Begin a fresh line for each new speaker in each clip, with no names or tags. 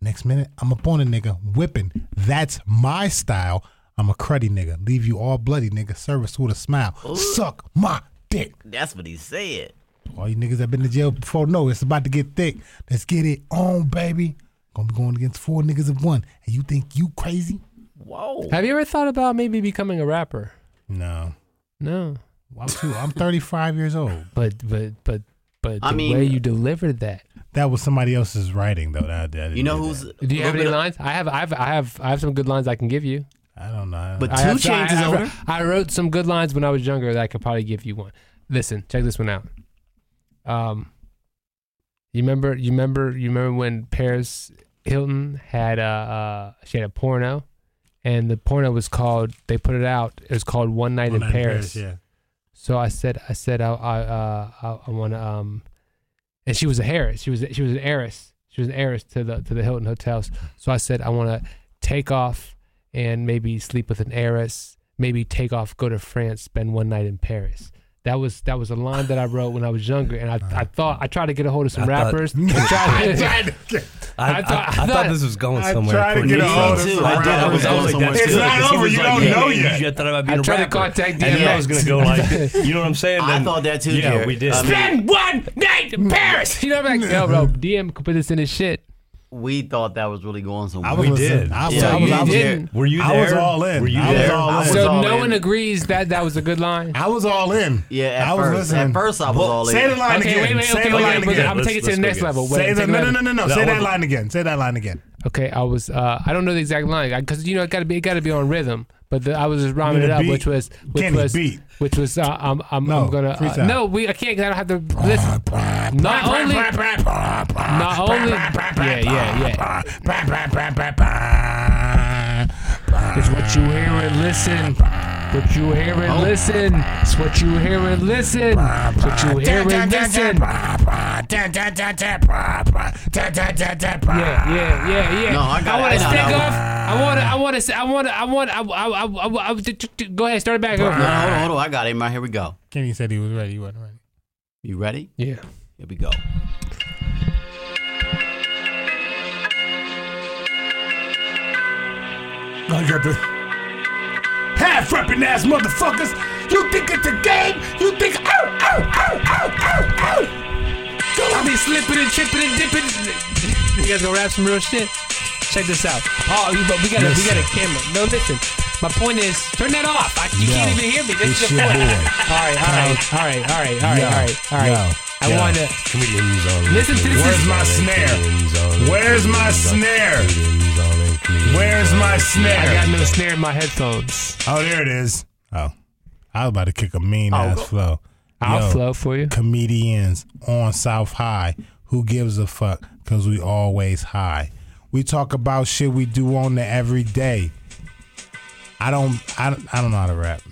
Next minute, I'm up on a nigga whipping. That's my style. I'm a cruddy nigga. Leave you all bloody nigga. Service with a smile. Suck my dick.
That's what he said.
All you niggas that been to jail before know it's about to get thick. Let's get it on, baby. Gonna be going against four niggas in one. And you think you crazy?
Whoa.
Have you ever thought about maybe becoming a rapper?
No.
No,
I'm too. I'm 35 years old.
but but but but
I
the
mean-
way you delivered that.
That was somebody else's writing though. That, that
You know who's?
Do you have
Little
any
bit of-
lines? I have I have I have I have some good lines I can give you.
I don't know.
But Two
I have-
Chainz
I,
is
I-
older.
I wrote some good lines when I was younger that I could probably give you one. Listen, check this one out. Um, you remember, you remember, you remember when Paris Hilton had a uh, she had a porno, and the porno was called. They put it out. It was called One Night,
One
in,
night in
Paris.
Yeah.
So I said, I said, I, I, uh, I, I want to, um, and she was a heiress. She was, she was an heiress. She was an heiress to the to the Hilton hotels. So I said, I want to take off and maybe sleep with an heiress. Maybe take off, go to France, spend one night in Paris. That was that was a line that I wrote when I was younger, and I, I thought I tried to get a hold of some
Uh, I thought-
rappers. I
I
tried-
tried to get-
I, I, I,
thought- I
thought,
thought-
this was going
I
somewhere.
tried to
for
get
me.
a hold of
I did.
some
I was, I was
rappers.
like, that's
It's
good,
not
'cause he
over,
was
you
like,
don't
yeah,
know
you-
yet.
You thought about being
I
a
tried to
rapper.
contact
And then I
DMX.
was gonna go like, this. you know what I'm saying?
I
Then-
thought that too,
Yeah,
Jared.
we did.
I mean-
spend one night in Paris. You know, I'm like, yo, bro, DM could put this in his shit.
We thought that was really going somewhere.
I was
We
listening.
did.
I was,
Yeah,
I was,
you
I was,
did.
Were you there?
I was all in.
Were you
I was
there?
all in.
was
So
all
no
in.
one agrees that that was a good line.
I was all in.
yeah, at
I was
first,
listening.
at first I was all
Say
in.
the line
Okay,
again.
wait, wait,
Say
okay,
the
wait,
line
wait, wait,
again.
I'm
Let's-
taking it to the
let's go
next
get it.
level. Wait,
Say
I'm
the,
taking it
no, no,
to-
no, no, no. Say
That
that
one-
line again. Say that line again.
Okay, I was. Uh, I don't know the exact line because you know it got to be it got to be on rhythm. But the, I was just rhyming
need
it
a
up,
beat.
which was which
Kenny,
was
beat.
which was. Uh, I'm I'm,
No,
I'm gonna uh,
freestyle.
no. We I can't. 'cause I don't have to listen. Not only not only yeah yeah yeah. It's what you hear and listen. What you hear
Oh.
and listen. It's what you hear and listen. It's what you hear and listen. Yeah, yeah, yeah, yeah.
No, I got
want
it.
to
I know
stick
that
off. I want to. I want to. I want to. I want. I. I. I. I, I, I t- t- t- go ahead. Start it back
No, no,
over.
hold on, hold on. I got him right here. We go.
Kenny said he was ready. He wasn't ready.
You ready?
Yeah.
Here we go.
I got this. Half rapping ass motherfuckers. You think it's a game? You think. Oh, oh, oh, oh, oh, oh.
I'll be slipping and tripping and dipping. You guys gonna rap some real shit? Check this out. Oh, you, but we got a we got a camera. No, listen. My point is, turn that off. I, you
Yo,
can't even hear me. This
it's
is the
your
point.
boy.
All right, all right, all right, all right, all right,
Yo,
all right, all right.
yo,
I
yo.
want to.
Comedians on
Listen to this
Where's my snare? Where's my snare? Where's my
I
snare?
got no snare in my headphones.
Oh, there it is. Oh. I was about to kick a mean ass Oh. flow.
I'll
Yo,
flow for you.
Comedians on South High. Who gives a fuck? Because we always high. We talk about shit we do on the everyday. I don't, I don't, I don't know how to rap.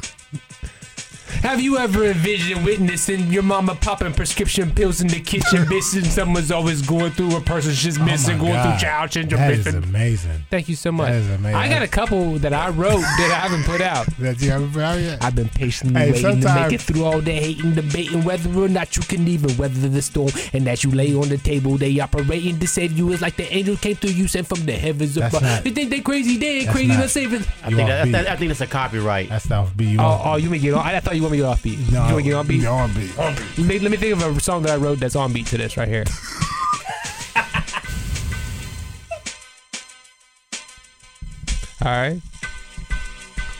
Have you ever envisioned witnessing your mama popping prescription pills in the kitchen, missing someone's always going through a person's just
Oh my
missing, going
God.
through child syndrome,
That is
missing.
amazing.
Thank you so much.
That is amazing.
I got a couple that I wrote that I haven't put out.
That you haven't found yet?
I've been patiently
Hey,
waiting to
sometimes-
make it through all the hate and debating whether or not you can even weather the storm. And as you lay on the table, they operating to save you. It's like the angel came through you sent from the heavens
That's
above.
not-
you think they crazy? They ain't
that's
crazy.
not-
Let's save it.
I think,
off
that,
beat.
that- I think that's a copyright.
That's the off beat. You
Oh,
on-
oh, you may get on. I thought you want me to get off beat. you want me to get on beat?
you on beat.
Oh.
On beat.
Let me, let me think of a song that I wrote that's on beat to this right here. All right.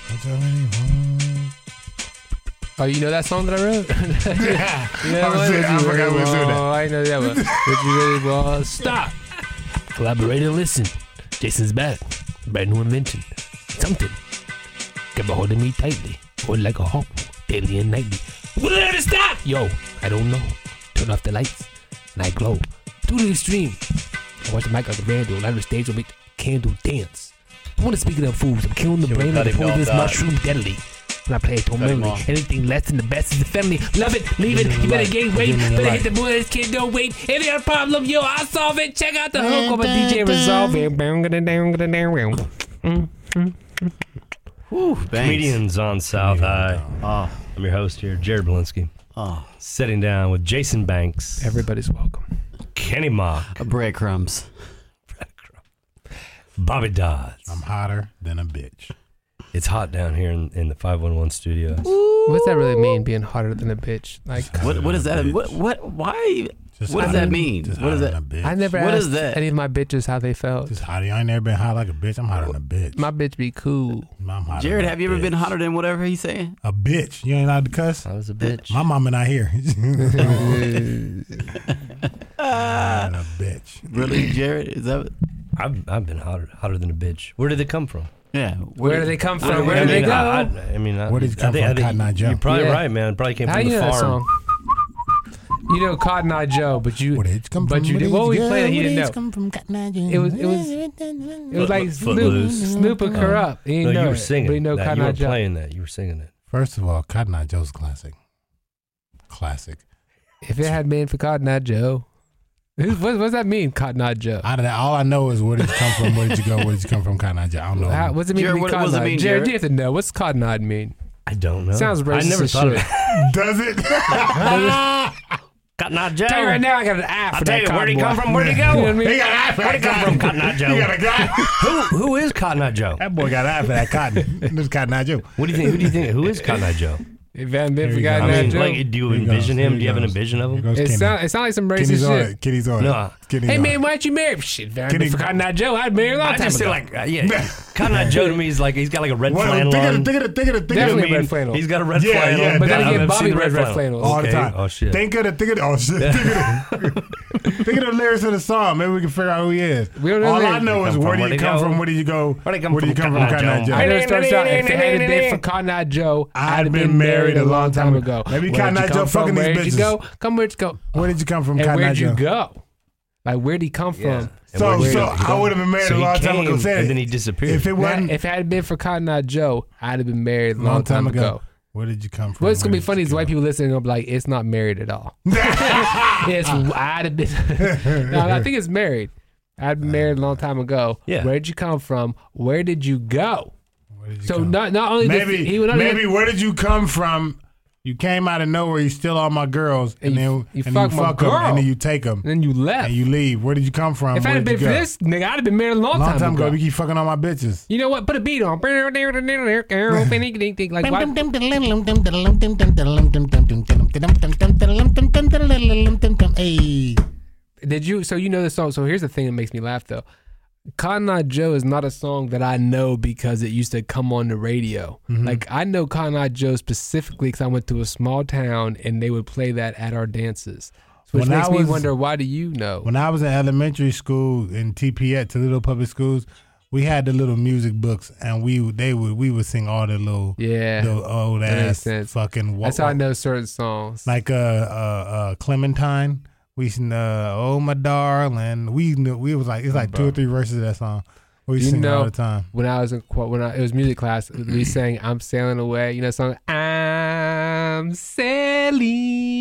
What's that name?
Oh, you know that song that I wrote? yeah,
I was doing- I forgot we was doing that.
Oh, I know that one. What you really want? Stop. Collaborate and listen. Jason's back. Brand new invention. Something. Grab a hold of me tightly. Hold like a hawk. Daily and nightly. Will it ever stop? Yo, I don't know. Turn off the lights. And I glow. To the extreme. I watch the mic like a vandal. Light the stage will make the candle dance. I want to speak of them fools. I'm killing the
Yo,
brain
cut
like
him
the food
off,
of this
dog.
mushroom deadly. When I play it to a
Cut him
memory.
off.
Anything less than the best is the family. Love it, leave it. You better gain weight.
Give me your
Better
life.
hit the boy. This kid don't wait. Any other problem, yo, I'll solve it. Check out the hook. I'm a DJ resolve it.
Whew, bangs.
Comedians on South High.
Oh,
I'm your host here, Jared Belinsky.
oh,
Sitting down with Jason Banks,
Everybody's welcome.
Kenny Mock,
breadcrumbs.
Bobby Dodds.
I'm hotter than a bitch.
It's hot down here in, in the 511 studios.
What's that really mean? Being hotter than a bitch? Like
What what is that?
Bitch.
What what why are you
Just
What does
hotter
that
than-
mean?
Just
What
hotter
is
than a bitch.
I never
What
asked
is that?
any of my bitches how they felt.
Just hotter. I ain't never been hot like a bitch. I'm hotter than a bitch.
My bitch be cool.
My, I'm hotter
Jared,
than a
have you ever
bitch.
been hotter than whatever he's saying?
A bitch. You ain't allowed to cuss.
I was a bitch.
My mama not here. Not a bitch.
Really, Jared? Is that
I've, I've been hotter, hotter than a bitch. Where did it come from?
yeah.
Where do they come
I
from?
mean,
Where
I
do they
mean,
go?
I, I, I mean, I-
Where did it
I
come
think-
from?
I think
Cotton Eye Joe.
You're probably
Yeah.
right, man. It probably came
how
from
you
the
know that
farm.
song? You know Cotton Eye Joe, but you
Where did it come
But
from?
you
Where
did-
did
what
it
we
go?
played, he
Where
didn't
did it
know.
come from? Cotton Eye
It was- it was-
Joe?
it was like
Foot-
Snoop,
Footloose. Uh-huh.
Snoop would cut up. He didn't
No,
know
you were
it,
singing
but he know
that.
Cotton
you
Eye
were
Joe.
playing that. You were singing it.
First of all, Cotton Eye Joe's classic. Classic.
If it had been for Cotton Eye Joe, Who's- what, what does that mean? Cotton Eye Joe.
Out of that, all I know is where did you come from? Where did you go? Where did you come from? Cotton Eye Joe. I don't know.
How, what's it mean?
Jared,
to be
what- what
cotton
does it
eye?
mean,
Jared,
Jared?
you have to know. What's cotton eye mean?
I don't know.
Sounds racist
I never
as
thought of
shit.
it.
Does it?
Cotton Eye Joe.
Tell you right now, I got an app.
I'll tell you, where'd he come from? Where'd he
You know what I
go?
mean?
He got an eye for that cotton.
Cotton Eye Joe.
He got a guy.
who, who is Cotton Eye Joe?
That boy got an eye for that cotton. This is Cotton Eye Joe.
What do you think? Who do you think? Who is Cotton Eye Joe?
If it hadn't been
Here
for
you go.
Cotton
I
Eye
mean,
Joe,
like, do you
Here he
envision
goes.
him? Do you have an
Here he
envision of
Here
him?
goes
it
Kenny.
sound, it sound like some
Kenny's
racist
on
shit.
it. Kenny's on
No.
it. Kenny's
Hey
on
man,
it.
why'd you marry? Shit, if it hadn't
Kenny-
been for Cotton Eye Joe, I'd marry a long
I
time
just
ago.
said like, uh, yeah, Cotton Eye Joe to me is like he's got like a red
Well,
flannel
think of
on.
the- think of the- think of the- think of the-
Definitely
You know what I
red flannel.
He's got a red
Yeah,
flannel.
yeah, But then
I've
again,
never
Bobby
seen the
wears red flannels.
all the
Okay.
time.
Oh shit.
Think of the think of the, oh shit. Think of the, think of the lyrics of the song. Maybe we can figure out who he is.
We don't know
All
the
I
lyrics.
know is
Come from
where do you
where they
come
go.
from? Where do you go?
Where they come
do you
from?
come from? Cotton
Cotton Eye
Eye
Joe.
I
Joe.
know it starts out. If it hadn't been for Cotton Eye Joe, I'd have been married a long time ago.
Maybe
Where'd
Cotton
you
Eye
come
Joe
from?
fucking these
Where'd you
bitches.
go? Come where'd you go?
Where did you come from?
And
Cotton Eye
where'd you
Joe.
go? Like where'd he come from?
So so I would have been married
So
a
he
long time
came
ago. said
and
it.
then he disappeared.
If it
Now,
wasn't
if it had been for Cotton Eye Joe, I'd have been married a
a
long, time, ago.
where did you come from?
What's gonna
Where
be
did
funny
you
is
go?
white people listening will be like, "It's not married at all." it's I'd have been. no, I think it's married. I'd been married a long time ago.
Yeah.
Where'd you come from? Where did you go?
Where did you
So
come from?
not not only did
maybe
he would not
maybe where did you come from? You came out of nowhere. You steal all my girls, and,
And you-
then
you
and
fuck
you
my
fuck 'em,
girl.
and then you take them,
and then you left.
and you leave. Where did you come from?
if I
Where
had
did
been
you
for
go?
this nigga, I'd have been married a long,
long time, ago,
ago.
you keep fucking all my bitches.
You know what? Put a beat on. like why-
Hey.
Did you? So you know the song. So here's the thing that makes me laugh though. Cotton Eye Joe is not a song that I know because it used to come on the radio.
Mm-hmm.
Like I know Cotton Eye Joe specifically because I went to a small town and they would play that at our dances, which
When
makes
I
me
was-
wonder why do you know?
When I was in elementary school in TP at Toledo Public Schools, we had the little music books, and we they would we would sing all the little
Yeah,
the old
makes
ass
sense.
fucking wa-
that's how I know certain songs.
like uh, uh, uh Clementine. We sing uh, oh my darling. We knew we was like it's like two or three verses of that song. We
Do you
sing it all
know-
the time.
when I was in qu- when I, it was music class, we sang "I'm Sailing Away." You know, the song "I'm Sailing." Away."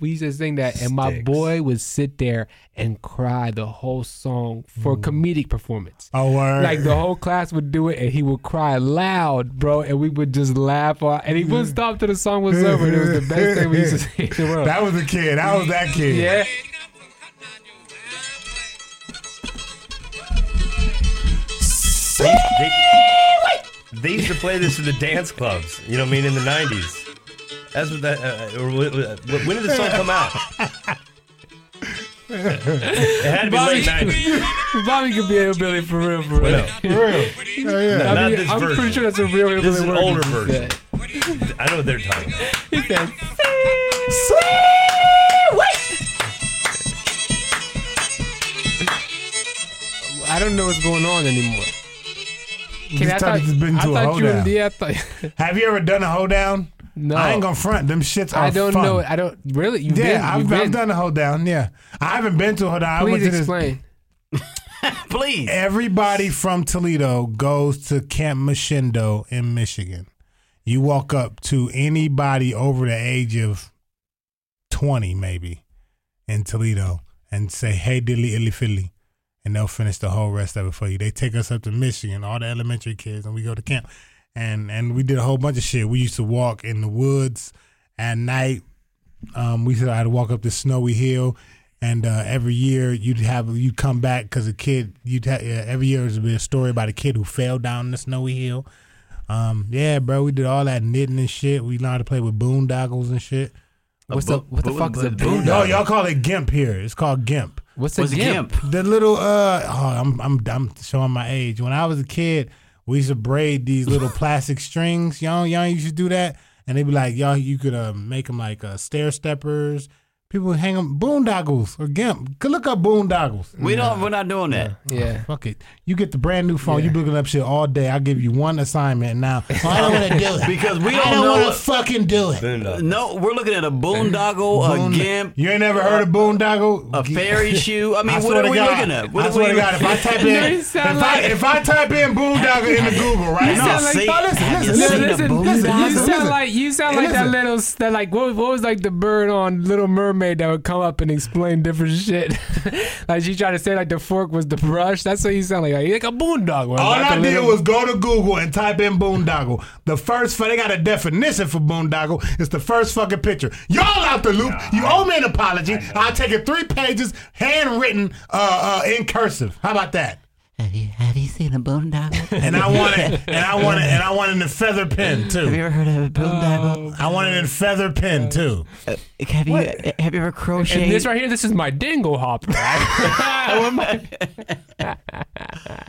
We used to sing that, and my
Sticks.
boy would sit there and cry the whole song for
Mm.
comedic performance.
Oh word.
Like the whole class would do it, and he would cry loud, bro, and we would just laugh, on, and he wouldn't stop till the song was over. And it was the best thing we used to see in the world.
that was the kid. That was that kid.
yeah,
They, they- they used to play this in the dance clubs. You know what I mean? In the nineties. That's what that. Uh, or, wh- wh- when did the song come out? it had to be
Bobby,
late nineties.
Bobby could be a hillbilly for real, for real.
No,
yeah.
not
I mean,
this
I'm
version.
pretty sure that's a real hillbilly
This is an
word.
older version. I know what they're talking about.
He said, I don't know what's going on anymore. Can
This time it's been
I
to a
thought
hold
you
down.
and yeah, I thought,
Have you ever done a hold down?
No.
I ain't gonna front. Them shits are
I don't
fun.
know. I don't really. You've been,
Yeah,
you've
I've,
been.
I've done a hold down. Yeah, I haven't been to a hold down. I went
Please
to this-
explain.
Please.
Everybody from Toledo goes to Camp Machindo in Michigan. You walk up to anybody over the age of 20, maybe, in Toledo and say, hey, dilly, illy, filly. And they'll finish the whole rest of it for you. They take us up to Michigan, all the elementary kids, and we go to camp. And and we did a whole bunch of shit. We used to walk in the woods at night. Um, we said I had to walk up this snowy hill And uh, every year you'd have you come back because a kid you'd ha- yeah, every year there's be a story about a kid who fell down the snowy hill. Um, yeah, bro, we did all that knitting and shit. We learned how to play with boondoggles and shit.
What's
bo-
the what the
bo-
fuck is a
bo-
boondoggle?
No, y'all call it gimp here. It's called gimp.
What's a
Was a
gimp?
gimp.
The little uh, oh, I'm I'm I'm showing my age. When I was a kid, we used to braid these little plastic strings. Y'all y'all used to do that, and they'd be like, y'all, you could uh, make them like uh, stair steppers. People would hang them boondoggles or gimp. Go Look up boondoggles.
We don't. We're not doing that.
Yeah.
Fuck it. You get the brand new phone. You be looking up shit all day. I'll give you one assignment now. I don't want to do it.
Because we
I
don't
don't
know
want
what-
to fucking do it.
Boondoggle.
No, we're looking at a boondoggle, a
Boond-
gimp,
You ain't never heard of boondoggle?
a fairy shoe. I mean, what
swear
are
to
we
God,
looking at? What
I
are
swear
we
to God, if I type in,
No, you
if,
sound
I,
like-
if I type in boondoggle into Google right now,
sound like-
See,
no, listen,
have you
listen,
seen
listen,
a
listen,
boondoggle?
listen,
You
listen,
sound like you sound like that
Listen.
little s- that like what, what was like the bird on Little Mermaid that would come up and explain different shit. like she tried to say like the fork was the brush. That's what you sound like. You're like a boondog.
All I did was go to Google and type in boondoggle. The first, fu- they got a definition for boondoggle. It's the first fucking picture. Y'all out the loop. you owe me an apology. I'll take it three pages, handwritten, uh, uh, in cursive. How about that?
Have you, have you seen a boondoggle?
And I want it, and I want it, and I want it in feather pen
have you
too.
ever heard of a
Uh,
boondoggle?
I want it in feather pen too.
have you have you ever crocheted?
And this right here, this is my dingle hopper. What am I-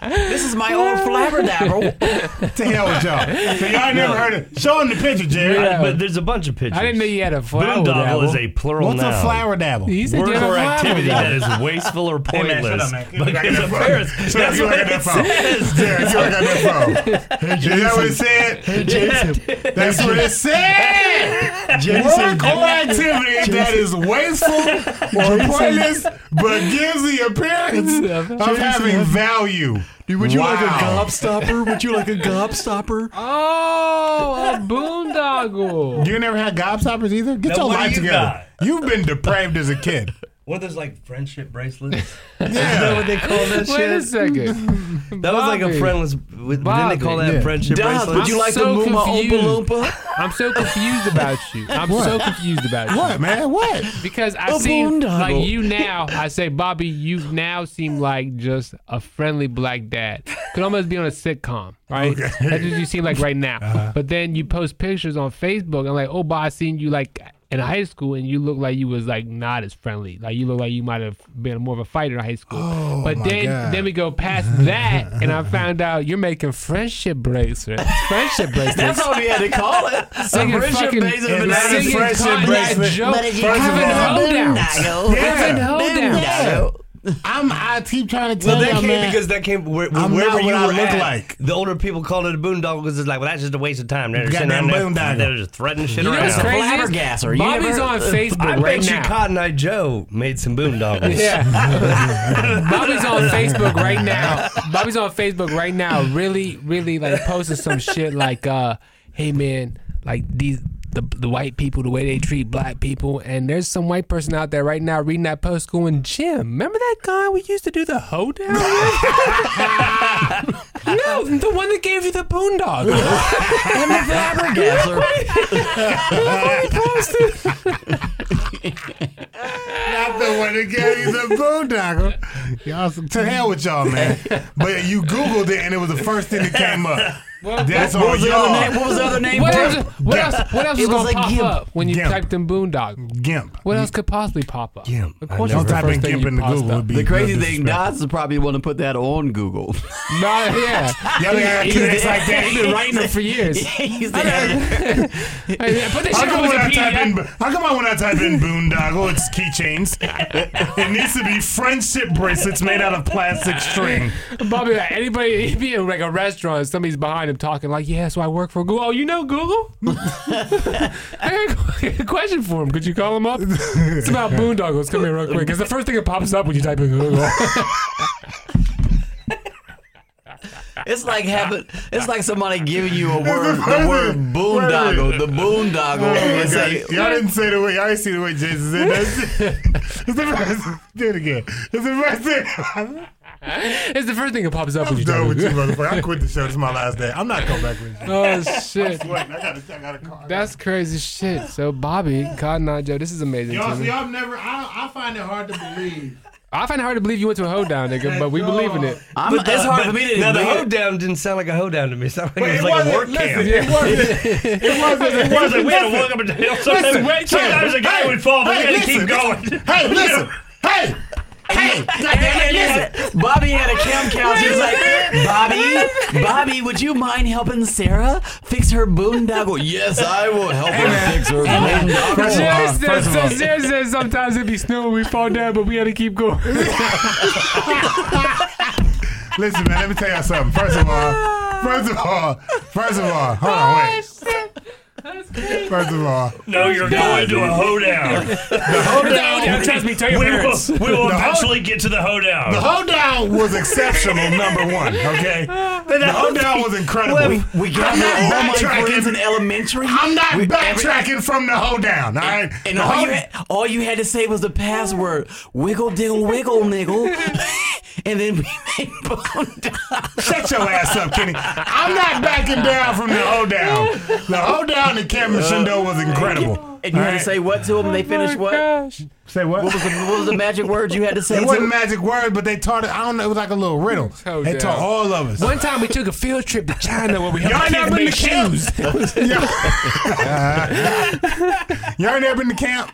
This is my old flabbergabber.
To hell with y'all. So y'all ain't never heard it. Show him the picture, Jerry.
Yeah.
But there's a bunch of pictures.
I didn't know you had a flower.
Boondoggle is
dabble.
a plural
What's
noun.
a flower dabble?
You said
Work
you had a
or
flower
activity
dabble.
that is wasteful or
Hey, man, shut
pointless.
up, man. Get back in
Because
that
of
phone.
Paris,
Shut up,
that's
you
what
back in
it
that phone.
says.
Jerry, you ain't got that phone. Is that what it said? That's what it said. Work or activity that is wasteful or pointless, but gives the appearance of having value.
Would you like a
Wow.
gobstopper? Would you like a gobstopper?
Oh, a boondoggle.
You never had gobstoppers either? Get
Now,
your
what do
life
you
together. You've been depraved as a kid.
What are those like friendship bracelets?
Yeah.
what they call that
Wait a second.
That was like a
Bobby.
friendless. Didn't they
Bobby.
call that
Yeah.
friendship
Dobbs,
bracelet?
would you
I'm
like
so
to move
confused.
my Oompa Loompa?
I'm so confused about you. I'm so confused about you.
What, man? What?
Because I
A
seem
boondoggle.
like you now. I say, Bobby, you now seem like just a friendly black dad. Could almost be on a sitcom, right? That's what you seem like right now.
Uh-huh.
But then you post pictures on Facebook. I'm like, oh, but I seen you like in high school, and you look like you was like not as friendly. Like you look like you might have been more of a fighter in high school.
Oh,
but
my
then
God.
then we go past that, and I found out you're making friendship bracelets. Friendship bracelets.
That's all we had to call it. A
Singing
friendship
fucking-
basis
If
banana
that is
Singing
split.
friendship
Kanye
bracelet-
Joe,
But if you
First of
having
all-
holdouts.
boondoggle,
Yeah.
Having holdouts.
Yeah. I'm, I keep trying to tell
Well, that
y'all,
came
man.
because that came where,
I'm
wherever
not
you
what I
were
look
at,
like.
The older people called it a boondoggle because it's like, well, that's just a waste of time. They're just sitting
Goddamn
around there,
boondoggle.
they're just threading shit
You know
around.
what's crazy? is
Flabbergasser. You
Bobby's
never-
on Facebook
I
right
bet you
now.
Cotton Eye Joe made some boondoggles.
yeah. Bobby's on Facebook right now. Bobby's on Facebook right now, really, really like posting some shit like, uh, hey man, like these the, the white people, the way they treat black people, and there's some white person out there right now reading that post going, Jim, remember that guy we used to do the hoedown with? no, the one that gave you the boondog.
I'm a flabbergasser.
Not the one that gave you the boondoggle. Y'all, some- to hell with y'all, man. But you Googled it and it was the first thing that came up. That's all
What was the
y'all.
other name? What was the other name?
What
for it?
else? What else? What else is
It was
gonna
a
pop
gimp.
up when you
Gimp.
typed in boondog?
Gimp.
What else could possibly pop up?
Gimp.
Of
I
course,
Don't
it's the
type
first
in
thing
gimp
you
in the
popped
Google.
up.
It'd be
The crazy thing,
disrespectful.
Dots is probably want to put that on Google.
No, yeah.
Y'all ain't got kids like
He's been
that.
writing them for years. Hey,
He's the
man, Put this
How
shit
come,
on
when I type in,
Wikipedia.
how come I- when I type in boondoggle, it's keychains? it needs to be friendship bracelets made out of plastic string.
Bobby, like, anybody he'd be in like a restaurant, somebody's behind him talking like, "Yeah, so I work for Google." Oh, you know Google? I got a question for him. Could you call him up? It's about boondoggles. Come here real quick. It's the first thing that pops up when you type in Google.
It's like having. It's like somebody giving you a word.
funny.
The word boondoggle. The boondoggle.
Oh
and
my
say,
God. Y'all didn't say the way. Y'all didn't see the way Jason said that. shit. it's the first. Do it again. It's the first thing.
it's the first thing that pops up when
I'm
you
done
do
with you,
it.
motherfucker. I quit the show. This is my last day. I'm not coming back with you.
Oh shit.
Sweating. I got to I got a car.
That's crazy shit. So Bobby, Cotton Eye Joe, this is amazing.
Yo,
to me.
see, I'm never. I, I find it hard to believe.
I find it hard to believe you went to a hoedown, nigga, but we believe in it.
I'm,
But the-
it's
Uh,
hard
but
for me to
Now the
admit it.
hoedown didn't sound like a hoedown to me. It sounded like
Wait,
it was like a work
listen,
camp.
It wasn't. It wasn't. It
It was like
wasn't.
we had to
nothing.
walk up a hill. Sometimes, sometimes a guy would fall, but we had to keep going.
Hey, listen. Hey. Hey.
Bobby had a cam couch. He was like, Bobby, Bobby, would you mind helping Sarah fix her boondoggle? yes, I will help her fix her boondoggle.
First of all,
Jerry says,
first of all,
Jerry says sometimes it be snowing, we fall down, but we had to keep going.
Listen, man, let me tell you something. First of all, first of all, first of all, hold on, wait. First of all,
No, you're going to a hoedown.
Hoedown, trust me, tell your parents.
we will
The ho-
get to the hoedown.
the hoedown was exceptional, number one, okay? The hoedown was incredible.
We got that all my friends in elementary.
I'm not
We-
backtracking from the hoedown, all right?
And
The
all you,
hoedown-
had, all you had to say was the password wiggle diggle wiggle niggle. and then we made boondoggle.
Shut your ass up, Kenny. I'm not backing down from the hoedown. The hoedown in Cameron Shindo was incredible.
And you
All
had to
right.
say what to them?
Oh,
they finished what?
Say what?
What was, the, what was the magic word you had to say?
It
to
wasn't
them?
magic word, but they taught it. I don't know. It was like a little riddle.
Hoedown.
They taught all of us.
One time we took a field trip to China where we
Y'all
helped
ain't
kids
never been
make
to camp.
shoes.
Y'all ain't never been to camp?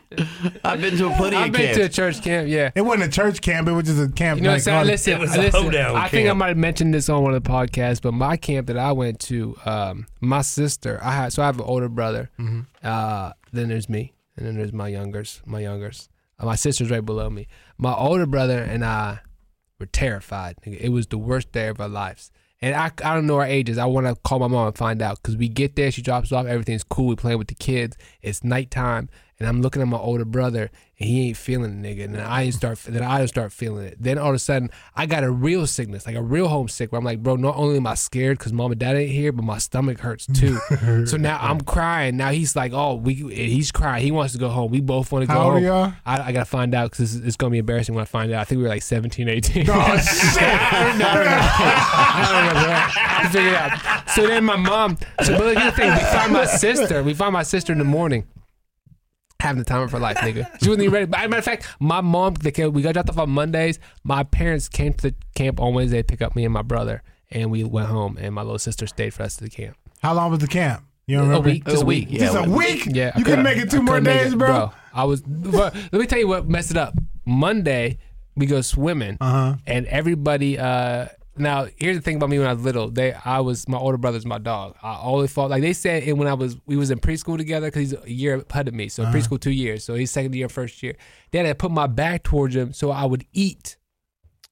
I've been to plenty
I've
of
been to a
camps.
church camp, yeah.
It wasn't a church camp. It was just a camp.
You know what I'm
like,
saying?
all-
Listen,
It was a
listen.
hoedown
I think I
camp.
might have mentioned this on one of the podcasts, but my camp that I went to, um, my sister, I had, so I have an older brother. Uh, then there's me, and then there's my youngers, my youngers. Uh, my sister's right below me. My older brother and I were terrified. nigga. It was the worst day of our lives. And I, I don't know our ages. I want to call my mom and find out because we get there, she drops us off, everything's cool. We playing with the kids. It's nighttime, and I'm looking at my older brother, and he ain't feeling it, nigga. And I didn't start. Then I didn't start feeling it. Then all of a sudden, I got a real sickness, like a real homesick, where I'm like, bro, not only am I scared because mom and dad ain't here, but my stomach hurts too. so now I'm crying. Now he's like, oh, we. He's crying. He wants to go home. We both want to go
How old are
home.
y'all?
I, I gotta find out because it's, it's gonna be embarrassing when I find out. I think we were like 17, 18.
Oh, shit.
I don't know. I don't know. I don't know. I have to figure it out. So then my mom. So but here's the thing: we find my sister. We find my sister in the morning. Having the time of her life, nigga. She wasn't even ready. But as a matter of fact, my mom, the kid, we got dropped off on Mondays. My parents came to the camp on Wednesday to pick up me and my brother, and we went home. And my little sister stayed for us to the camp.
How long was the camp? You don't
A
remember?
week, just a week.
Just
Yeah,
a week?
Yeah, I
You can
couldn't-
make it two
I
more
couldn't make
days,
it,
bro.
I was. But let me tell you what messed it up. Monday we go swimming,
Uh-huh.
and everybody. uh Now here's the thing about me when I was little. They, I was my older brother's my dog. I always fought like they said. And when I was, we was in preschool together because he's a year ahead of me.
Uh-huh.
So preschool two years. So he's second year, first year. Then I put my back towards him so I would eat.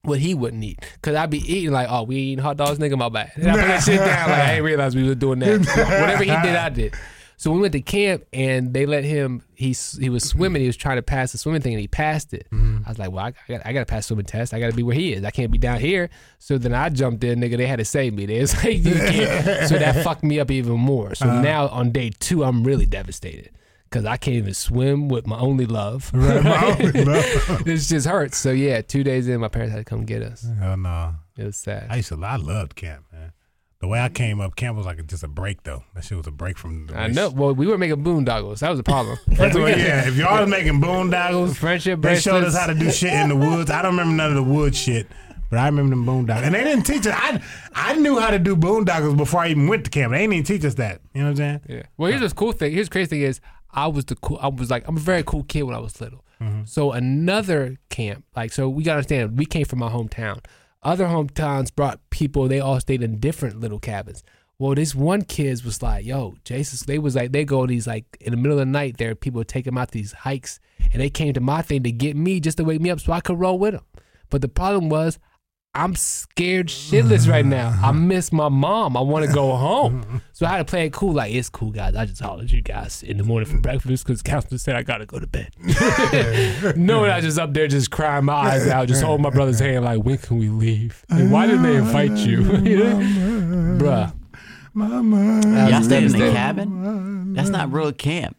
What he wouldn't eat, cause I'd be eating like, oh, we eating hot dogs, nigga, my bad. And I put that shit down, like I didn't realize we were doing that. Whatever he did, I did. So we went to camp and they let him. He s- he was swimming. He was trying to pass the swimming thing and he passed it. I was like, well, I, I got I got to pass swimming test. I got to be where he is. I can't be down here. So then I jumped in, nigga. They had to save me. They was like, you can't. so that fucked me up even more. So now on day two, I'm really devastated because I can't even swim with my only love.
Right, my only love.
this just hurts. So yeah, two days in, my parents had to come get us.
Hell no.
It was sad.
I used to, I loved camp, man. The way I came up, camp was like just a break, though. That shit was a break from the
I know. Well, we were making boondoggles. That was a problem.
That's what, yeah, if y'all was making boondoggles,
Friendship
they showed us
bracelets.
how to do shit in the woods. I don't remember none of the wood shit, but I remember them boondoggles. And they didn't teach us. I, I knew how to do boondoggles before I even went to camp. They didn't even teach us that. You know what I'm saying?
Yeah. Well, here's the cool thing. Here's the crazy thing is I was the cool. I was like I'm a very cool kid when I was little.
Mm-hmm.
So another camp, like so we gotta understand we came from my hometown. Other hometowns brought people. They all stayed in different little cabins. Well, this one kid was like, "Yo, Jason." They was like, they go these like in the middle of the night. There, are people take them out these hikes, and they came to my thing to get me just to wake me up so I could roll with them. But the problem was, I'm scared shitless right now. I miss my mom. I want to go home. So I had to play it cool. Like, it's cool, guys. I just hollered at you guys in the morning for breakfast because counselor said I got to go to bed. Knowing I was just up there just crying my eyes out, just holding my brother's hand, like, when can we leave? And why didn't they invite you? You know? Bruh.
Mama.
Y'all stayed in
Devastated.
a cabin? That's not real camp.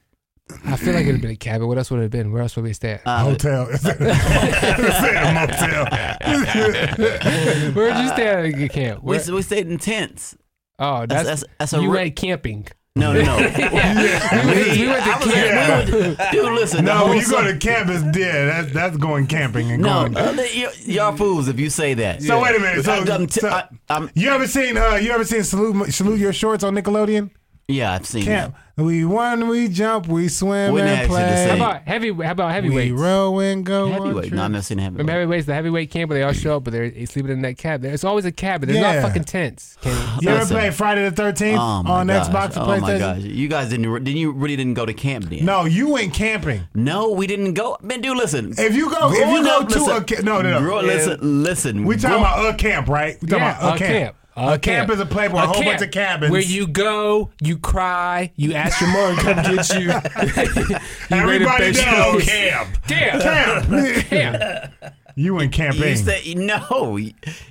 I feel like it'd have been a cabin. What else would it have been? Where else would we stay at?
Uh,
Hotel. It's at a motel.
Where would you stay at a camp?
uh, we,
Where-
we stayed in tents.
oh,
That's
that's,
that's, that's a
you
re-
went camping.
no no no.
We went- we went to
I was-
camp.
we went to- dude, listen. the
no,
whole
when you go
summer-
to campus, yeah, that's that's going camping and
No,
going.
uh, you- y'all fools if you say that.
So wait a minute. So,
I'm, I'm, t-
so-
I, I'm
you ever seen uh you ever seen salute salute your shorts on Nickelodeon?
yeah, I've seen
Camp. We run, we jump, we swim
Wouldn't
and
actually the
play.
How
same.
about heavy? How about
we
heavyweights?
row and go.
it.
on
Heavyweight. No,
trips.
I've never seen
Remember
heavyweight.
heavyweights, the heavyweight camp where they all show up, but they're sleeping in that cab. There- It's always a cabin. There's
Yeah.
not fucking tents. Kenny.
You ever
Listen.
play Friday the 13th
Oh my
on
gosh.
Xbox or
oh
PlayStation?
my gosh. You guys didn't re- didn't you really didn't go to camp then?
No, you went camping.
No, we didn't go. Man, dude, listen.
If you go, if you
Growing
go
up,
to
listen,
a camp, no, no, no.
Grow, Listen, listen.
We talking
grow-
about a camp, right? We talking
Yeah,
about a,
a
camp.
camp.
A, camp. is a place where a whole
camp
bunch of cabins.
Where you go, you cry, you ask your mom to come get you. you
everybody down
Okay.
camp.
Damn.
Camp.
Damn.
you went camping.
You stay, no,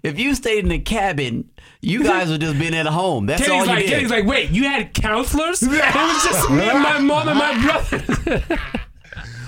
if you stayed in the cabin, you guys would just been at home. That's all
Kenny's
you
like,
did.
Kenny's like, wait, you had counselors? It was just me and my mom and my brother.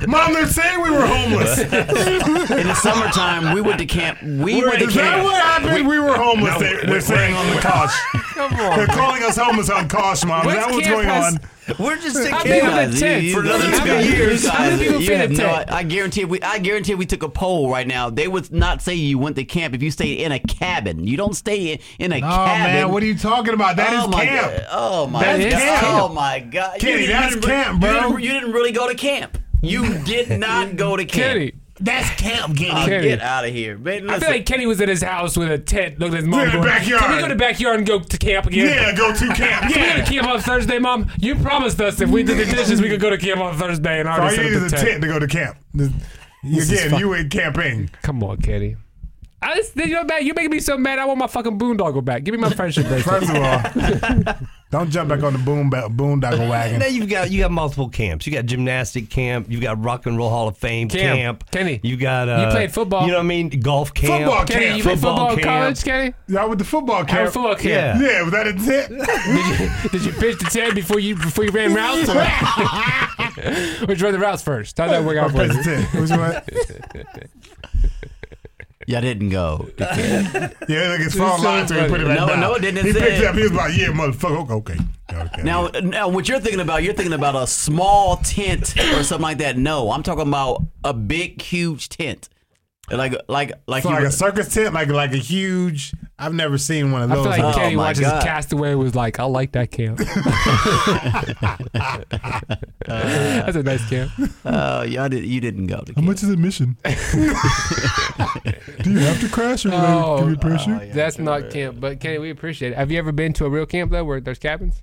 Mom, they're saying we were homeless. Is
in the summertime, we went to camp. We went to
that what
camp.
happened? We, were homeless. they, they're saying on the cosh.
Come
They're
on.
calling us homeless on cosh, mom. Is
What's
that what's
camp
going
has-
on?
We're just
I've
thinking.
You
been with
guys,
a
you-
tent
you-
for
you
another
guys-
two
you
years.
guys-
How many people
you
fit
have
a
no-
tent?
I guarantee. If we, I guarantee. If we took a poll right now, they would not say you went to camp if you stayed in a cabin. You don't stay in, in a
Oh
cabin.
man, what are you talking about? That is
oh my
camp.
God. Oh my
That's
god.
camp.
Oh my god.
Kenny,
didn't-
that's
didn't re-
camp,
You
bro.
didn't, you didn't really go to camp. You did not go to camp.
Kenny.
That's camp,
Oh,
Kenny.
Kenny.
get out of here, man.
I
Listen,
feel like Kenny was at his house with a tent. Look at his mom.
Yeah,
going,
backyard.
Can we go to backyard and go to camp again?
Yeah, go to camp.
Can we go
Yeah.
to camp on Thursday, Mom? You promised us if we did the dishes, we could go to camp on Thursday, and I
All
already
you need
set
is
up
a
the tent.
tent to go to camp. Again, you went camping.
Come on, Kenny. I just, you know, man, you're making me so mad. I want my fucking boondoggle back. Give me my friendship bracelet.
First of all, don't jump back on the boom ba- boondoggle
Now
wagon.
you've got you got multiple camps. You got gymnastic camp. You've got rock and roll Hall of Fame
Camp.
camp.
Kenny,
you got uh,
you played football.
You know what I mean? Golf camp.
Football camp.
Kenny, you played
Football
football in
camp.
college, Kenny?
Y'all with the football
How
camp.
was football camp?
Yeah.
Yeah, was that a tent?
Did you pitch the tent before you before you ran routes? Or Which run the routes first? How'd that work out for
That's a
you?
tent. Which one?
y'all didn't go.
Yeah, like his phone
so
lied to him.
funny.
Put it back
No,
down.
no, it didn't
He
say
picked
it.
it up. He was like, "Yeah, motherfucker." Okay. okay.
Now, now, what you're thinking about, you're thinking about a small tent or something like that. No, I'm talking about a big, huge tent, like, like, like,
So
you
like
were-
a circus tent, like like a huge. I've never seen one of
I
those.
feel like
Oh
Kenny
my
watches
God.
Castaway and was like, I like that camp. That's a nice camp.
uh, y'all did, you didn't go. To
How
camp.
much is admission? Do you have to crash or do
Oh.
they give you a parachute?
That's not camp, but Kenny, we appreciate it. Have you ever been to a real camp though, where there's cabins?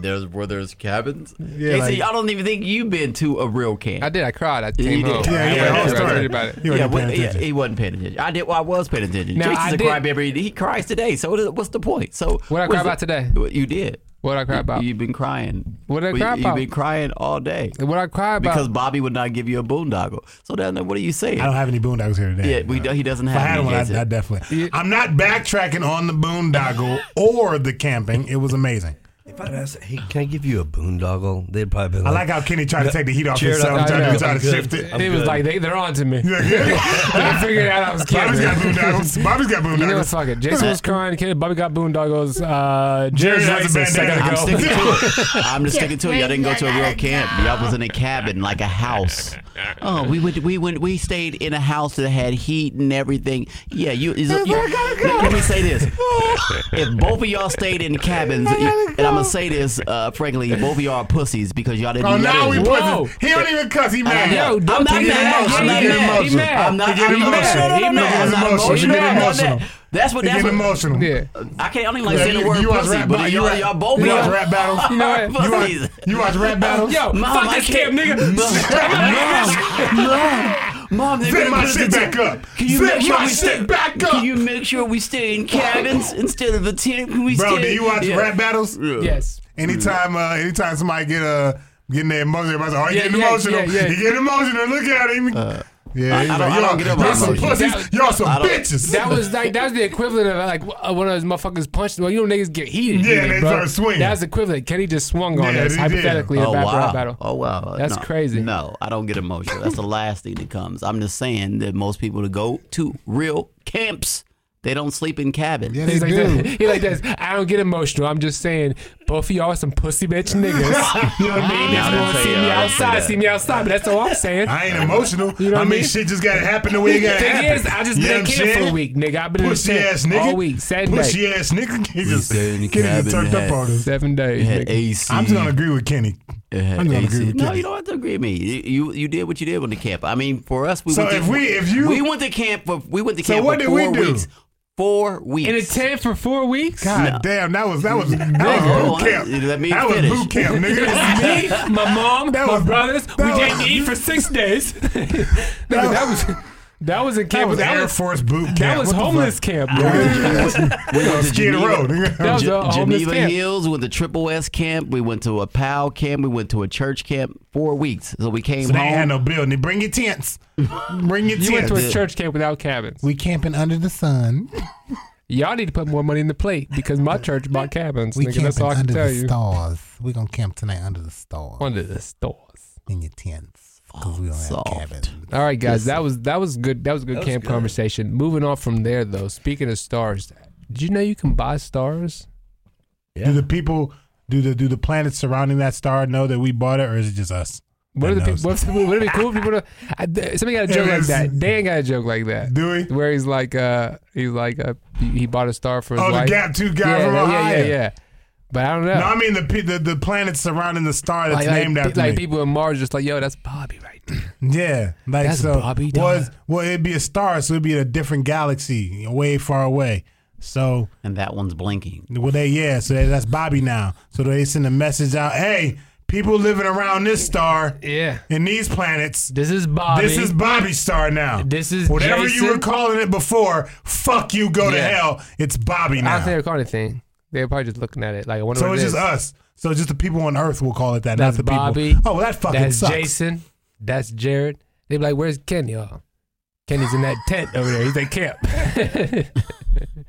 There's where there's cabins.
Yeah,
Yeah,
like-
I don't even think you've been to a real camp.
I did. I cried. I came
you did.
home.
Yeah,
I
yeah,
went
whole
through it. I
story.
read about it.
You
yeah,
ain't
what,
paying
yeah,
attention.
he wasn't paying attention. I did. Well, I was paying attention.
Now,
Jason's
I
a
did-
crybaby. He cries today. So what is, what's the point? So
What I
what's
cry
the-
about today?
What you did.
What I cry about?
You've been crying.
What did I
Well,
cry
you,
about?
You've been crying all day
What I cry about?
because Bobby would not give you a boondoggle. So then, what are you saying?
I don't have any boondoggles here today.
Yeah, we, do- he doesn't
If I
have.
had
any,
one, I,
Jason.
I definitely. I'm not backtracking on the boondoggle or the camping. It was amazing.
If I'd asked, hey, can I give you a boondoggle? They'd probably be
I
like,
like how Kenny tried to take the heat off
Jared,
himself,
I'm
trying to,
good.
try to
I'm good.
shift it.
I'm
it was
good.
like they, they're on to me. I figured out I was
Bobby's got
camping.
boondoggles. Bobby's got
You know,
boondoggles.
fuck it. Jason was crying. Kid, Bobby got boondoggles. Uh, Jerry's
has a
racist. I
bandana.
I'm
gotta go.
sticking to it. I'm just sticking to it. Y'all didn't go to a real camp. Y'all was in a cabin, like a house. Oh, we went. We went. We stayed in a house that had heat and everything. Yeah, you. is- you- let, let me say this: if both of y'all stayed in cabins, and I'm gonna say this uh, frankly, both of y'all are pussies because y'all didn't.
Oh,
y'all
now we
didn't-
Whoa.
pussies. He don't even cuss. He
I
mad.
know.
Yo,
I'm
don't
not
take it
mad.
emotional.
I'm not
He
mad.
He mad.
I'm not.
He getting
I'm not-
emotional.
No, no, no,
He
no, I'm not
mad.
He getting
emotional. I'm not
emotional.
mad. That's what.
He
That's
getting
what.
emotional.
Yeah.
I can't. I don't even like
Yeah,
saying
you-
the word
you watch
pussy,
rap-
but
you
y'all,
watch-
y'all both
you
of
watch
y'all-
rap battles?
You know what?
You watch,
Pussies.
you watch rap battles?
Yo,
Mom,
fuck
I
this camp,
can't-
nigga.
Mom, they're
Zip
gonna
my
put us
shit
in
back
jail.
up.
Can you
Zip
make sure
my
we
shit
stay-
back up.
Can you make sure we stay in cabins instead of the tent? Can we
Bro,
stay?
do you watch
Yeah.
rap battles?
yes.
Anytime, uh, anytime somebody get uh, getting their emotional, everybody's like, "Oh, he
Yeah,
getting
yeah,
emotional.
yeah, yeah.
He getting emotional. Look at him." Yeah, he's
Uh, I don't-
like,
I don't
y'all,
get over
y'all
that
some
emotion.
pussies. Y'all some
I don't-
bitches.
That was like that was the equivalent of like uh, one of those motherfuckers punched. Well, you know niggas get heated.
Yeah,
heated,
they
bro.
start swinging.
That's the equivalent. Kenny just swung on
Yeah,
us
he did.
hypothetically in a battle rap battle.
Oh wow,
That's
No.
crazy.
No, I don't get emotional. That's the last thing that comes. I'm just saying that most people that go to real camps, they don't sleep in cabins.
yeah, they
He's like,
do.
this. he like this. I don't get emotional. I'm just saying, both of y'all are some pussy bitch niggas. you know what I mean?
Nah, I didn't
That's gonna
say
see
that. I
me
didn't say
outside.
that.
See me outside. But that's all I'm saying.
I ain't emotional.
You know
I
what I
mean,
mean?
shit just gotta happen the way it gotta
Thing
happen.
is, I just
You know
been in
what I'm
camp for a
saying?
we't, nigga. I've been
Pussy
in the
ass
tent
nigga.
all week, Saturday,
Pussy ass nigga. He just,
stay in the
Kenny just
cabin
turned up
hat.
on us.
seven days.
It had
nigga.
AC.
I'm just gonna agree with Kenny.
it had
I'm gonna agree
AC.
with
No,
Kenny.
you don't have to agree with me. You, you you did what you did with the camp. I mean, for us, we
So
went to,
if we- if you-
we went to camp for we went to
So
camp
what
for
did we
four
do?
weeks. Four weeks
In a tent for four weeks.
God damn, that was that was that
Nigga,
was boot camp.
let me
that
finish.
was boot camp, nigga.
me, my mom,
That
my
was-
brothers. We
that
didn't
was-
eat for six days. Nigga, that
was-
was that was in
That
camp.
was Air Force boot camp.
That was
What the
homeless
fuck?
camp.
We went to
Skid
Geneva.
Row, nigga.
That was
Ge-
a homeless
Geneva
camp.
Hills with the Triple S camp. We went to a POW camp. We went to a church camp. Four weeks. So we came
So they ain't had
home.
no building. Bring your tents. Bring your
You went to
tents.
a church camp without cabins.
We camping under the sun.
Y'all need to put more money in the plate because my church bought cabins. nigga, that's all I can tell you.
stars. We gonna camp tonight under the stars
Under the stores.
in your tents
Oh,
because we don't
Soft. cabins.
All right, guys, that was that was good. That was a good
was
camp
good.
conversation. Moving on from there, though. Speaking of stars, did you know you can buy stars?
Do the people? Do the do the planets surrounding that star know that we bought it, or is it just us?
What are
that
the
knows?
people? What's, would it be cool if people? to- I, th- somebody got a joke like
is-
that. Dan got a joke like that.
Do we?
where he's like, uh, he's like, uh, he he bought a star for his
Oh, the
wife.
Gap Two guy
yeah,
from
yeah, yeah,
Ohio.
yeah, yeah. But I don't know.
No, I mean the pe- the, the planets surrounding the star that's
like, like,
named
pe-
after
like
me.
people in Mars, just like, yo, that's Bobby right there.
Yeah, like
That's
so.
Bobby
was
Dyer.
well, it'd be a star, so it'd be in a different galaxy, way far away. So
And that one's blinking.
Well, they yeah. So they, that's Bobby now. So they send a message out. Hey, people living around this star
Yeah,
and these planets.
this is Bobby.
This is Bobby's star now.
This is
whatever
Jason.
you were calling it before. Fuck you. Go to
Yeah.
hell. It's Bobby
I don't
now.
think they're calling anything. They're probably just looking at it like, I wonder
so
what
it's just
it is.
us. So just the people on Earth will call it that.
That's
not the
Bobby.
people. Oh, well, that fucking
That's
sucks.
Jason. That's Jared. They be like, where's Kenny? Oh, Kenny's in that tent over there. He's at camp.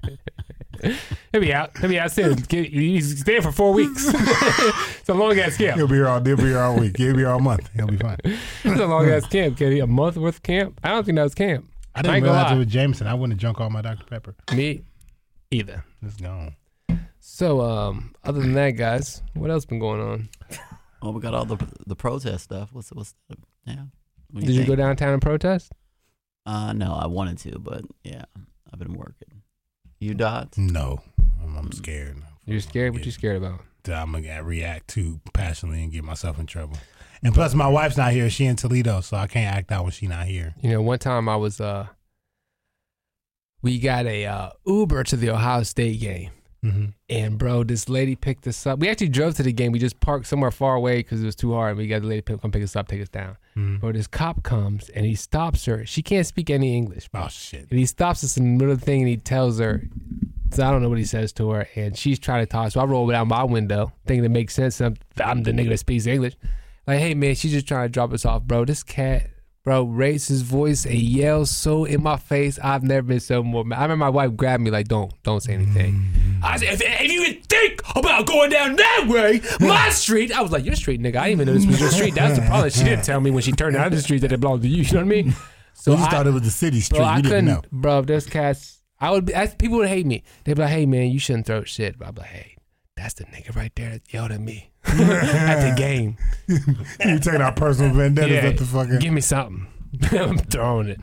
He'll be out. He'll be out soon. He's staying for four weeks. it's a long ass camp.
He'll be here all. He'll be here all week. He'll be here all month. He'll be fine.
That's a long ass camp, Kenny. A month worth of camp? I don't think that was camp.
I
I
didn't
ain't gonna
realize
lie.
it was Jameson. I wouldn't have drunk all my Dr Pepper.
Me either.
It's gone.
So, um, other than that, guys, what else been going on?
Oh, we got all the the protest stuff. What's what's yeah? What do
Did you
think?
go downtown and protest?
Uh, no, I wanted to, but yeah, I've been working. You dot?
No, I'm, I'm scared.
You're scared. What you scared about?
that I'm gonna react to passionately and get myself in trouble. And plus, my wife's not here; she in Toledo, so I can't act out when she not here.
You know, one time I was uh we got a uh, Uber to the Ohio State game.
Mm-hmm.
And bro, this lady picked us up. We actually drove to the game. We just parked somewhere far away because it was too hard. And we got the lady pick, come pick us up, take us down.
Mm-hmm.
Bro, this cop comes and he stops her. She can't speak any English. Bro.
Oh shit!
And he stops us in the middle of the thing and he tells her, so I don't know what he says to her. And she's trying to talk. So I roll down my window, thinking it makes sense. I'm, I'm the nigga that speaks English. Like, hey, man, she's just trying to drop us off, bro. This cat, bro, raised his voice and yelled so in my face. I've never been so more mad. I remember my wife grabbed me, like, don't, don't say anything. I said, if, if you even think about going down that way, my street, I was like, your street, nigga. I didn't even know this was your street. That's the problem. She didn't tell me when she turned out the street that it belonged to you. You know what I mean? So
you just
I-
thought it was the city street.
Bro, I
you didn't
couldn't,
know.
bro. if There's cats. I would. Be, I, people would hate me. They'd be like, "Hey, man, you shouldn't throw shit." But I'd be like, "Hey, that's the nigga right there that yelled at me at the game.
you taking our personal vendettas
Yeah,
at the fucking.
give me something. I'm throwing it."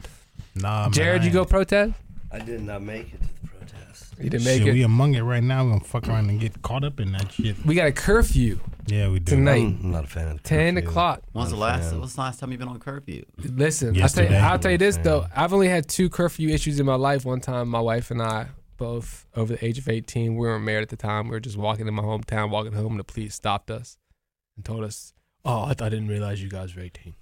nah, man,
Jared,
I
you go
ain't.
protest?
I did not make it to the protest.
You didn't make
Shit, we
it.
among it right now. We're gonna fuck around and get caught up in that shit.
We got a curfew
Yeah, we do.
tonight,
I'm not a fan of the
ten
curfew.
o'clock.
When's the last? What's the last time you've been on curfew?
Listen, I'll tell, you,
Yesterday.
I'll tell you this though. I've only had two curfew issues in my life. One time, my wife and I, both over the age of 18, we weren't married at the time. We were just walking in my hometown, walking home, and the police stopped us and told us, "Oh, I, th- I didn't realize you guys were 18."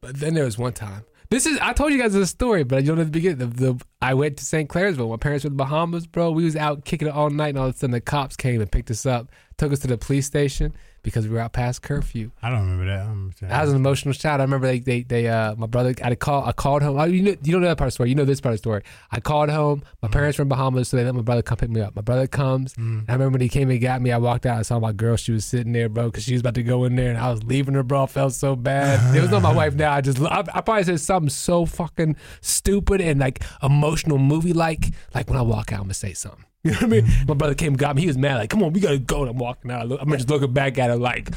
But then there was one time. This is I told you guys this story, but you don't know the beginning. The, the I went to St. Clairsville. My parents were in the Bahamas, bro. We was out kicking it all night, and all of a sudden the cops came and picked us up, took us to the police station. because we were out past curfew.
I don't remember that. I, don't remember that.
I was an emotional child. I remember they, they, they uh, my brother, I call, I called home. I, you know, you don't know that part of the story. You know this part of the story. I called home. My parents were in Bahamas, so they let my brother come pick me up. My brother comes. I remember when he came and got me. I walked out. I saw my girl. She was sitting there, bro, because she was about to go in there, and I was leaving her, bro. I felt so bad. it was not my wife now. I just, I, I probably said something so fucking stupid and like emotional movie like. Like when I walk out, I'm gonna say something. You know what I mean? My brother came, and got me. He was mad, like, "Come on, we gotta go." And I'm walking out. I look, I'm just looking back at her, like,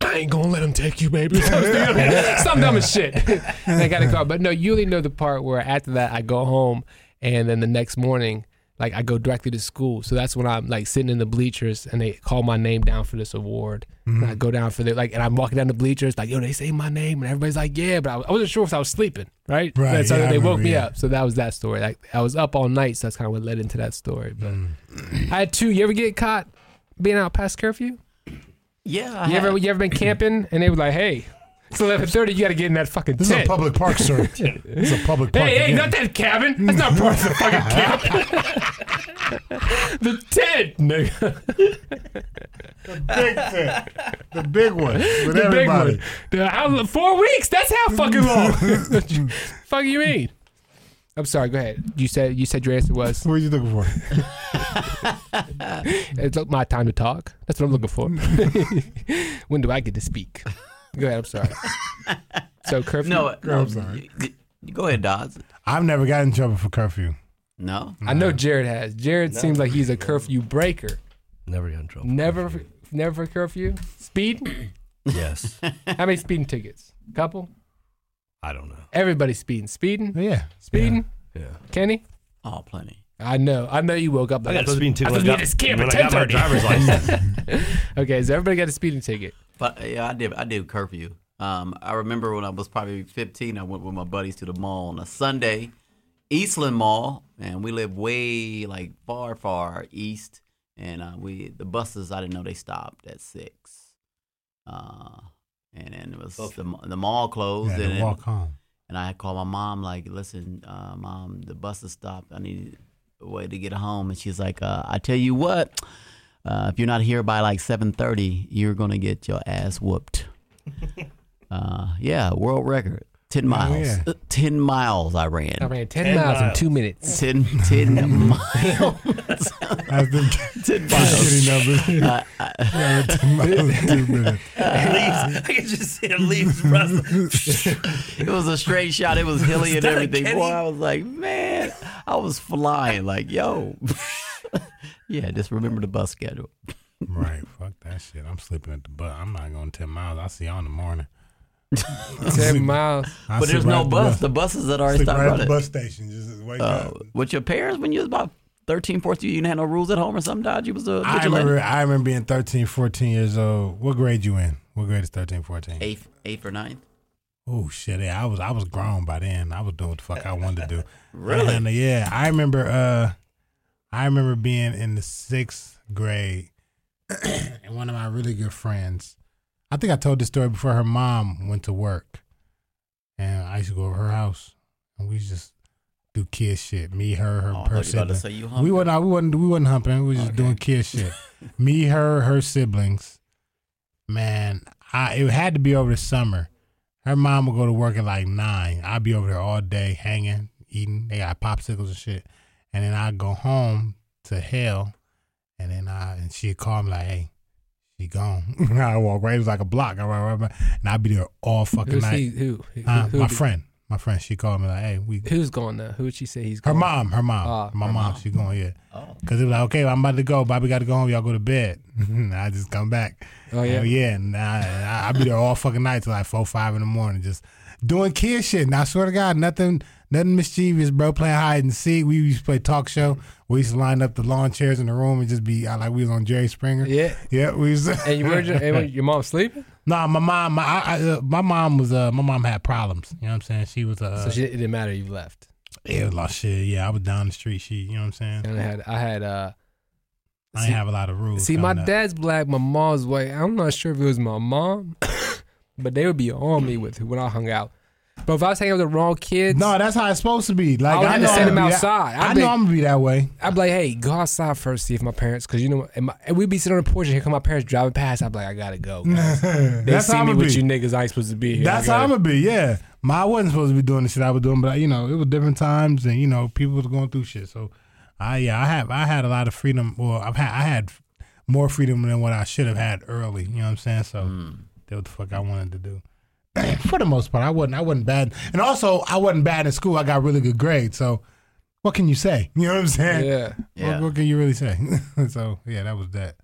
I ain't gonna let him take you, baby. Something, you know what I mean? Some dumb as shit. and I got a car. But no, you only know the part where after that I go home and then the next morning, like I go directly to school. So that's when I'm like sitting in the bleachers and they call my name down for this award. And I go down for the like and I'm walking down the bleachers, like, yo, they say my name and everybody's like, Yeah, but I, was, I wasn't sure if I was sleeping, right?
Right,
And so
yeah, I
they woke
remember,
me
yeah.
up. So that was that story. Like I was up all night, so that's kinda what led into that story. But I had two you ever get caught being out past curfew?
Yeah. I
You
had-
ever you ever been camping and they were like, hey, it's eleven thirty, you gotta get in that fucking
This is
tent.
a public park, sir. This is a public park.
hey, hey,
again.
not that cabin. That's not part of the fucking camp. the tent, nigga.
big tent. The big one. With
The big
everybody.
one. The- how- four weeks. That's how fucking long. fuck you mean? I'm sorry. Go ahead. You said you said your answer was
What are you looking for?
it's not my time to talk. That's what I'm looking for. when do I get to speak? Go ahead. I'm sorry. So curfew.
No.
I'm sorry.
Go ahead, Dodds.
I've never gotten in trouble for curfew.
No.
I know Jared has. Jared seems like he's a curfew breaker.
Never got in trouble.
Never, never curfew. Speed.
Yes.
How many speeding tickets? Couple.
I don't know.
Everybody's speeding. Speeding.
Yeah.
Speeding.
Yeah.
Kenny.
Oh, plenty.
I know. I know you woke up.
I
Like,
got a speeding ticket.
I
when
thought
I
we
got,
had to skip
when
at
I got my
10:30.
driver's license.
Okay, so everybody got a speeding ticket.
But uh, yeah, I did. I did curfew. Um, I remember when I was probably 15, I went with my buddies to the mall on a Sunday, Eastland Mall, and we lived way like far, far east. And uh, we the buses, I didn't know they stopped at six. Uh, and then it was the, the mall closed,
Yeah,
and
to
then-
walk home.
and I called my mom, like, listen, uh, mom, the bus has stopped. I need a way to get home. And she's like, uh, I tell you what, uh, if you're not here by like 7.30, you're going to get your ass whooped. uh, yeah, world record.
Oh,
10 miles.
yeah.
Uh, 10 miles I ran.
I ran ten,
10
miles, in
miles.
two minutes.
10, 10 miles.
That's the
10 miles.
shitty number. yeah, it took about two minutes.
leaves. I can just see him leaves. Russell.
It was a straight shot. It was hilly and
that a
everything.
Kenny?
Boy, I was like, man, I was flying. Like, yo. yeah, just remember the bus schedule.
Right. Fuck that shit. I'm sleeping at the butt. I'm not going 10 miles. I'll see y'all in the morning.
Ten miles.
I'll
But
sleep
there's
right
no
at the
bus. The buses that already
Sleep
stopped
right at the
running.
bus station. Just wake
Uh,
up.
with your parents when you was about 13, 14, you didn't have no rules at home or something, Dodge? You was a
I
vigilant?
remember, I remember being 13, 14 years old. What grade you in? What grade is 13, 14?
Eighth, eighth or ninth?
Oh shit! Yeah, I was I was grown by then. I was doing what the fuck I wanted to do.
Really?
And, uh, yeah, I remember. Uh, I remember being in the sixth grade, and one of my really good friends. I think I told this story before. Her mom went to work, and I used to go over her house, and we just do kid shit. Me, her, her,
Oh, I
her
thought you about
sibling.
to say you
We
hungry.
wasn't. We wasn't. We wasn't humping. We was just doing kid shit. Me, her, her siblings. Man, I it had to be over the summer. Her mom would go to work at like nine. I'd be over there all day hanging, eating. They got popsicles and shit. And then I'd go home to hell. And then I and she'd call me like, "Hey, she gone." I walk right. It was like a block. I walk right, by, and I'd be there all fucking
Who's he,
night.
who? who,
Uh,
who
my
did-
friend, my friend, she called me like, "Hey, we
Who's going now? Who would she say he's
her
going?
mom, her mom,
Ah,
my
her
mom, She going yeah. Cause it was like, okay, I'm about to go. Bobby got to go home. Y'all go to bed. And I just come back.
Oh, yeah?
and yeah. And I, and I, I be there all fucking night till like four, five in the morning, just doing kid shit. And I swear to God, nothing, nothing mischievous, bro. Playing hide and seek. We used to play talk show. We used to line up the lawn chairs in the room and just be I, like we was on Jerry Springer.
Yeah.
yeah. We was.
And you were your, and where- your mom sleeping?
nah, my mom, my, I, I, uh, my mom was, uh, my mom had problems. You know what I'm saying? She was, uh,
So she, it didn't matter. You left.
it was like shit. Yeah, I was down the street. She, you know what I'm saying?
And I had I had uh.
I didn't have a lot of rules.
See, my
coming up.
dad's black, my mom's white. I'm not sure if it was my mom, but they would be on me with when I hung out. But if I was hanging with the wrong kids,
No, that's how it's supposed to be. Like
I would
I
have
know
to send
I'm
him
gonna be that-
outside. I'd
I
be-
know I'm gonna be that way.
I'd be like, hey, go outside first, see if my parents, because you know, and, my, and we'd be sitting on the porch, and here come my parents driving past. I'd be like, I gotta go. guys. They
That's
see
how
me
I'ma
with
be.
you niggas. I ain't supposed to be here.
That's
I
how I'm
gotta-
gonna be. Yeah, my I wasn't supposed to be doing the shit I was doing, but you know it was different times, and you know people was going through shit. So, I yeah, I have I had a lot of freedom. Well, I've had I had more freedom than what I should have had early. You know what I'm saying? So,
Hmm.
did what the fuck I wanted to do. For the most part, I wasn't I wasn't bad, and also I wasn't bad in school. I got really good grades. So, what can you say? You know what I'm saying?
Yeah.
Yeah.
What, what can you really say? so yeah, that was that.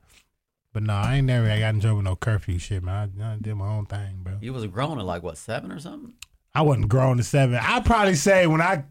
But no, I ain't never I got in trouble with no curfew shit, man. I, I did my own thing, bro.
You was grown at like what seven or something?
I wasn't grown to seven. I'd probably say when I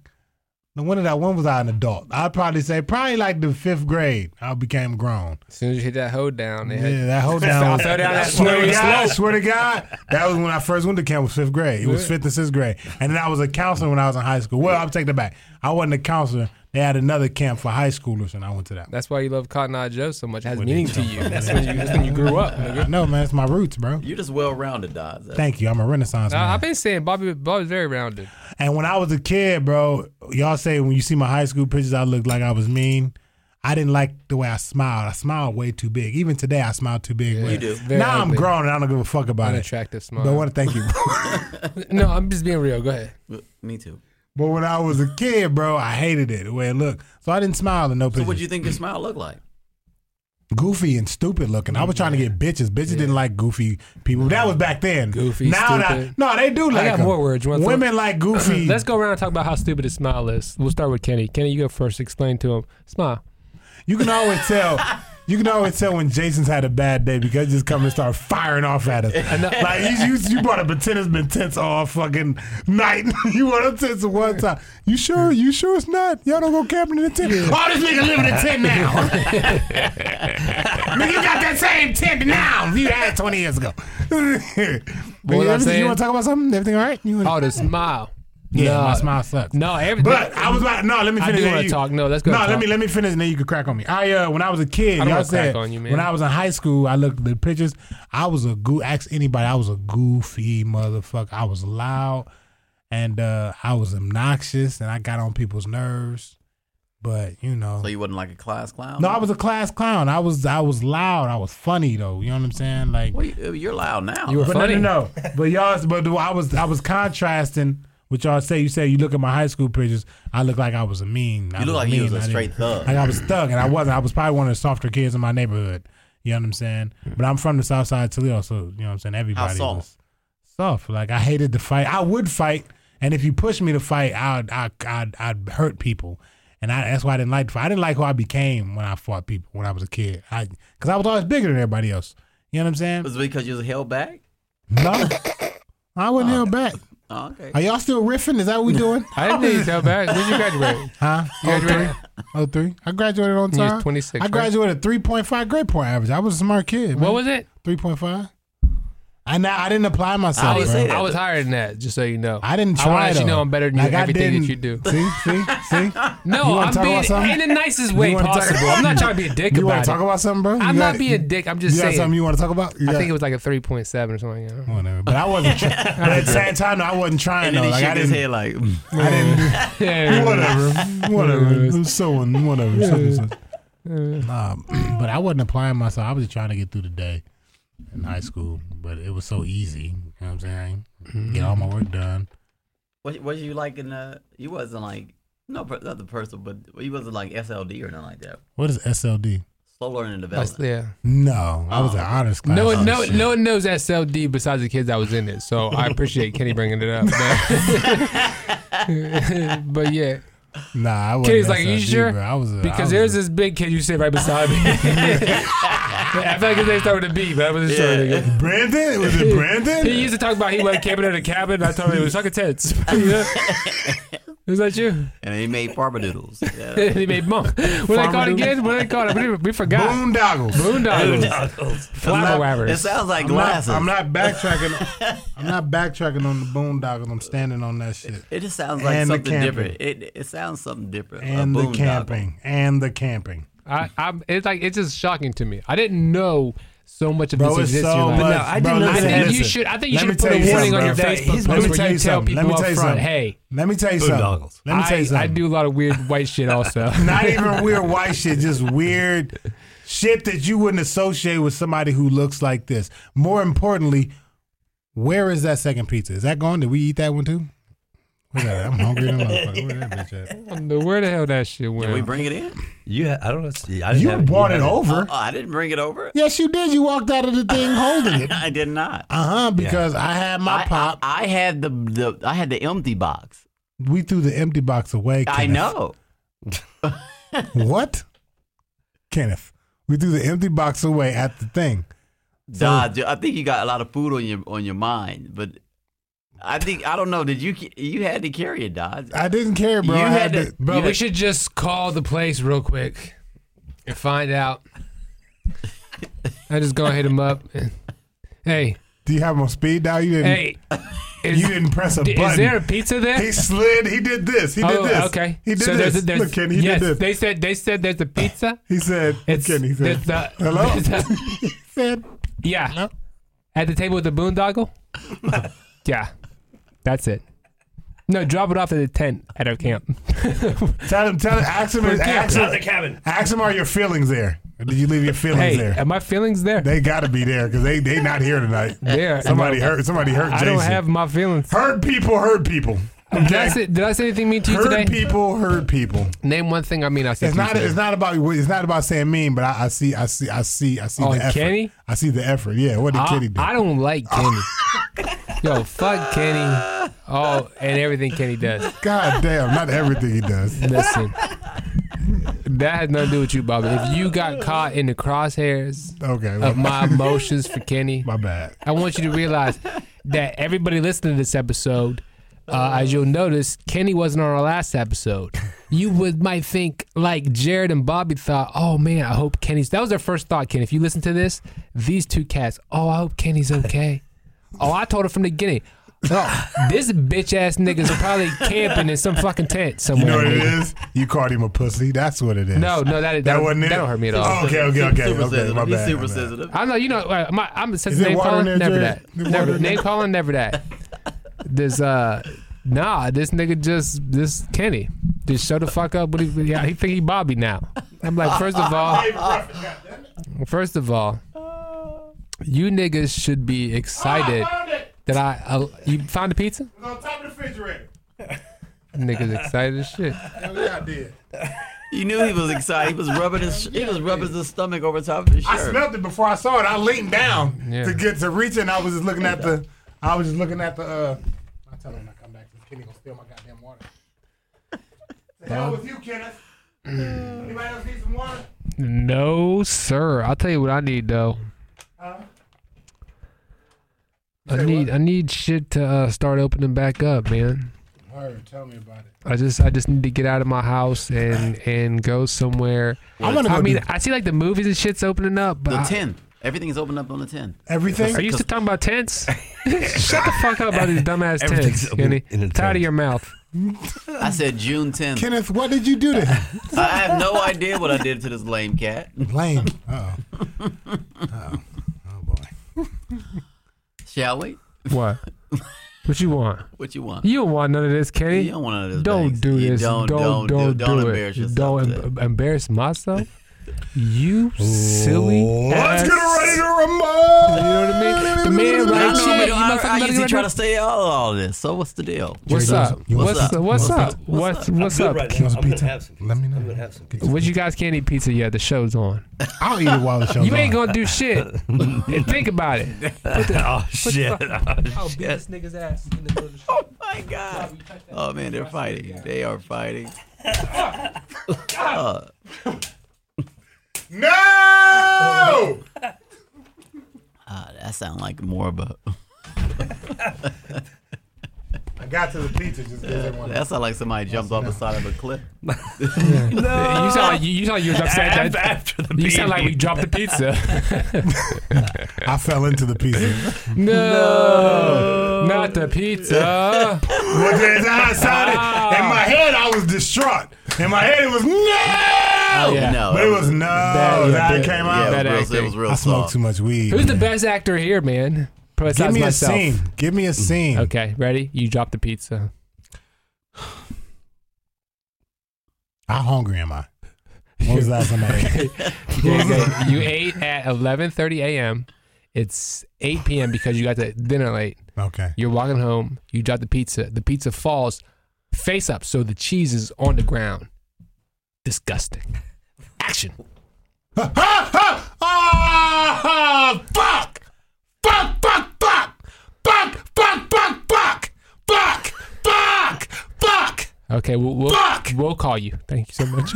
no, when did I when was I an adult? I'd probably say probably like the fifth grade. I became grown.
As soon as you hit that hoe down, they had
Yeah, that whole down.
fell down that
I swear to
slippery
God, I
slope.
swear to God, that was when I first went to camp. Was fifth grade. It was fifth and sixth grade, and then I was a counselor when I was in high school. Well, I'm taking it back. I wasn't a counselor. They had another camp for high schoolers, and I went to that.
That's why you love Cotton Eye Joe so much. It has
When they
meaning to
jump
you.
on
That's
that.
when you. That's when you grew up. Nigga.
I know, man. It's my roots, bro.
You just well rounded, Dodds.
Thank you. I'm a Renaissance
Uh,
man.
I've been saying Bobby Bobby's very rounded.
And when I was a kid, bro, y'all say when you see my high school pictures, I looked like I was mean. I didn't like the way I smiled. I smiled way too big. Even today, I smile too big.
you
do.
Very
Now I'm
ugly.
grown and I don't give a fuck about it.
Unattractive smile.
But I want to thank you. bro.
no, I'm just being real. Go ahead.
you. Me too.
but when I was a kid, bro, I hated it the way it looked. So I didn't smile in no
So
pictures.
what do you think your smile looked like?
goofy and stupid looking. I was trying to get bitches. Bitches didn't like goofy people. That was back then.
Goofy,
now that-
stupid.
no, they do like
got
'em.
more words. You wanna throw-
Women like goofy.
Let's go around and talk about how stupid his smile is. We'll start with Kenny. Kenny, you go first. Explain to him. Smile.
You can always tell. You can always tell when Jason's had a bad day because he just come and start firing off at us. like you, you, you brought up a tennis been tense all fucking night. you want a tense at one time. You sure? You sure it's not? Y'all don't go camping in a tent. Oh, this nigga living in a tent now. Man, you got that same tent now you had twenty years ago.
What was I
Everything- you
saying?
want to talk about something? Everything all right? You wanna,
Oh, the smile.
yeah,
no,
my smile sucks.
No, everything.
But I was about no. Let me
I
finish.
do
then
wanna
you-
talk. No, let's go
No,
to
let
talk.
me let me finish, and then you can crack on me. I uh, when I was a kid,
I don't
y'all
wanna
said
crack on you, man.
when I was in high school, I looked at the pictures. I was a goo. Ask anybody, I was a goofy motherfucker. I was loud, and uh, I was obnoxious, and I got on people's nerves. But you know,
So you wasn't like a class clown.
no, I was a class clown. I was I was loud. I was funny though. You know what I'm saying? Like
Well, you, uh, you're loud now.
You were
but
funny.
No, no, no. But y'all, but I was, I was contrasting what y'all say. You say you look at my high school pictures. I look like I was a mean. I
You look like you
mean.
was a
I didn't-
straight thug.
Like I was thug, and I wasn't. I was probably one of the softer kids in my neighborhood. You know what I'm saying? But I'm from the south side of Toledo, so you know what I'm saying. Everybody
soft?
was soft. Like I hated to fight. I would fight, and if you pushed me to fight, I'd I, I'd, I'd hurt people, and I, that's why I didn't like to fight. I didn't like who I became when I fought people when I was a kid. I because I was always bigger than everybody else. You know what I'm saying?
was it because you was held back?
No. I wouldn't held back.
Oh, okay.
Are y'all still riffing? Is that what we doing?
I didn't need so bad. When you graduate?
Huh?
You graduated?
Oh three. I graduated on
You was
time.
26,
I
right?
graduated at 3.5 grade point average. I was a smart kid.
What was it?
3.5? I not, I didn't apply myself.
didn't
bro.
say that.
I was higher than that. Just so you know.
I didn't try
I want to let
though.
you know I'm better than
Like,
you.
I
at Everything that
didn't-
you do.
See, see, see. You
No,
wanna talk
I'm
about
being
something?
in the nicest way
You wanna talk-
possible. I'm not trying to be a dick
You
about
want
it.
to talk about something, bro?
I'm
You
not
got-
being a dick. I'm just
You got
saying.
something you want to talk about? You
I
got-
think it was like a 3.7 or something. I don't know.
Whatever. But I wasn't trying. But at the same time, though, I wasn't trying
and
though.
then he
Like
shook
I
his
didn't.
head like.
I didn't. whatever, whatever. so on, whatever. So, so. Nah, but I wasn't applying myself. I was just trying to get through the day in high school, but it was so easy. You know what I'm saying?
Mm-hmm.
Get all my work done.
What was you like in the? You wasn't like no, per- not the person, but you wasn't like SLD or nothing like that.
What is SLD?
Slow learning and
That's-
development.
yeah.
No, I was an honors class.
No one, no,
Shit.
no one knows SLD besides the kids that was in it. So I appreciate Kenny bringing it up. But, but yeah,
Nah, I wasn't.
Kenny's like, "You
SLD,
sure?"
Bro. I was a, I
because
was
there's
a,
this big kid you sit right beside me. I feel like his name started with a B, but I wasn't sure. nigga.
Brandon. Was it
He
Brandon?
used to talk about he went camping in a cabin. And I told him it was fucking tents. Is that you?
And he made barbadoodles. Yeah.
he made monk. What I called again? What I called it? We, we forgot.
Boondoggles.
Boondoggles.
It
Flabberwabbers.
sounds like
I'm not,
glasses.
I'm not backtracking. I'm not backtracking on the boondoggles. I'm standing on that shit.
It just sounds like
And the
something
camping.
different. It it sounds something different. A
And the
boondoggle.
camping. And the camping.
I, I'm, it's like it's just shocking to me. I didn't know so much of
Bro, it's
this exists in
so
your life.
much.
No, I
bro,
didn't know
I
listen,
that.
think you
listen.
should. I think you
Let me
should put
tell
a
you
warning on
something.
your
That-
Facebook
his-
post
let me
where
tell
you
you
tell
something.
people
Let me
up
tell you
front,
something.
"Hey,
Let me tell you something.
Boondoggles.
Let me tell you
I,
something.
I do a lot of weird white shit also."
Not even weird white shit, just weird shit that you wouldn't associate with somebody who looks like this. More importantly, where is that second pizza? Is that gone? Did we eat that one too? Where's that? at? I'm hungry. than a motherfucker. Where that bitch
I don't know where the hell that shit went.
Did we bring it in?
You, ha- I don't know. see, I
at?
didn't
You
have
brought
you
it
had
over.
Oh, I didn't bring it over.
Yes, you did. You walked out of the thing holding it. Uh
I did not.
huh. Because I had my
I,
pop.
I, I had the, the I had the empty box.
we threw the empty box away.
I
Kenneth.
know.
What? Kenneth, we threw the empty box away at the thing.
Nah, dude, I think you got a lot of food on your on your mind, but I think I don't know. Did you you had to carry it, Dodge?
I didn't care, bro.
You
I
had
had,
to-
to,
Bro,
You-
we should just call the place real quick and find out. I just gonna hit him up. Hey,
Do you have him on speed dial? You didn't.
hey, is,
You didn't press a
d-
button.
is there a pizza there?
he slid. He did this. He did
oh,
this.
okay.
He did
so
this.
There's, there's,
Look, Kenny. He
yes,
did this.
they said they said there's a pizza.
he said.
It's
Kenny he said.
there's the-
Hello.
there's the-
he said.
yeah,
Hello?
at the table with the boondoggle. yeah, that's it. No, drop it off at the tent at our camp.
Tell him. Tell him. Ask him. ask,
Out of
him
the cabin.
ask him. Are your feelings there? Or did you leave your feelings
hey, um,
there?
are my feelings there?
they got to be there because they they not here tonight.
There.
Somebody
No,
hurt. Somebody hurt.
I
Jason.
don't have my feelings.
Hurt people. Hurt people.
Did I say, did I say anything mean to you
Hurt
today?
people. Hurt people.
Name one thing I mean I said
It's
to you
not.
today.
It's not about. It's not about saying mean, but I, I see. I see. I see. I see
Oh,
the effort.
Kenny?
I see the effort. Yeah. What did
I,
Kenny do?
I don't like Kenny. Yo, fuck Kenny. Oh, and everything Kenny does.
God damn. Not everything he does.
Listen, that has nothing to do with you, Bobby. If you got caught in the crosshairs
Okay.
of my emotions for Kenny,
My bad.
I want you to realize that everybody listening to this episode, uh, as you'll notice, Kenny wasn't on our last episode. You would might think like Jared and Bobby thought, oh man, I hope Kenny's. That was their first thought, Kenny. If you listen to this, these two cats, oh, I hope Kenny's okay. Oh, I told her from the beginning. Oh, this bitch ass nigga's probably camping in some fucking tent
You
somewhere.
know what it is? You called him a pussy. That's what it is.
No, no, that, that,
that wasn't it.
That don't hurt me at all.
Oh, okay, okay, okay.
super
okay
sensitive.
my
He's
bad.
super
my bad.
sensitive.
I know you know. uh, My, I'm since
Is there
name
water
calling,
in there,
never
Jerry?
that.
There
Never,
water in
name
there?
calling, never that. This uh, nah, this nigga just this Kenny just show the fuck up. But he, yeah, he think he Bobby now. I'm like, first of all, first of all, you niggas should be excited that I uh, you found the pizza.
On top of the refrigerator.
Niggas excited as shit.
I did.
You knew he was excited. He was rubbing his he was rubbing his stomach over top of his
I
shirt.
smelled it before I saw it. I leaned down
Yeah.
to get to reach, it, and I was just looking at the. I was just looking at the. Uh, I tell him when I come back. This Kenny gonna steal my goddamn water. The hell with you, Kenneth. Anybody else need some water?
No, sir. I'll tell you what I need though. I need I need shit to uh, start opening back up, man.
Heard. Tell me about it.
I just I just need to get out of my house and and go somewhere.
I'm gonna go
I mean,
do-
I see like the movies and shit's opening up, but
The
I-
ten. Everything's opened up on the ten.
Everything.
are you still talking about tents? Shut the fuck up about these dumbass
Everything's
tents,
open
Kenny.
in a
It's out
tent.
of your mouth.
I said June tenth.
Kenneth, what did you do to him?
I have no idea what I did to this lame cat.
Lame. Uh oh. Oh boy.
Shall we?
What? What you want?
What you want?
You don't want none of this, Kenny.
You don't want none of this.
Don't do this. Don't don't don't, do
embarrass
it.
yourself.
Don't
today.
em- embarrass myself. You silly.
Let's
ass-
get ready to rumble.
You know what I mean? The man
I
right
know,
here.
but
you
I,
motherfucking
I
better
usually
get
try
ready.
to stay out of all this. So what's the deal?
What's up?
You
What's up? What's up?
What's
What's what's up?
Right now,
Wants
I'm gonna
pizza?
have some.
Let me know.
I'm gonna have some. pizza.
What you guys can't eat pizza yet? The show's on.
I'll eat it while the show's
You ain't
on.
gonna do shit. And think about it.
Oh shit!
I'll beat this nigga's ass in the middle of the show.
my god! Oh man, they're fighting. They are fighting. Uh,
No!
ah, that sound like more of a.
I got to the pizza just because they wanted.
That sound like somebody jumped off the side of a cliff.
Oh, You sound like you, you sound like you was upset. That,
After the
you sound like we
beating.
dropped the pizza.
I fell into the pizza.
no, not the pizza.
Ah,
Ah.
But then as I decided, in my head I was distraught. In my head it was no.
Oh, yeah. No,
But it was no that,
yeah,
it
that-
came
Yeah,
out.
Bad
it was real,
acting.
it was real
I smoked
soft.
too much weed.
Who's the
man.
besides actor here, man?
Give
Besides
me
myself. Mm-hmm.
a scene. Give me a scene.
Okay, ready? You drop the pizza.
How hungry am I? What was the last time I ate?
There you, go. You ate at 11:30 a.m. It's 8 p.m. because you got to dinner late.
Okay.
You're walking home. You drop the pizza. The pizza falls face up, so the cheese is on the ground. Disgusting. Action.
Ah, fuck! Fuck, fuck, fuck! Fuck, fuck, fuck, fuck! Fuck, fuck, fuck!
Okay, we'll we'll,
Fuck!
we'll call you. Thank you so much.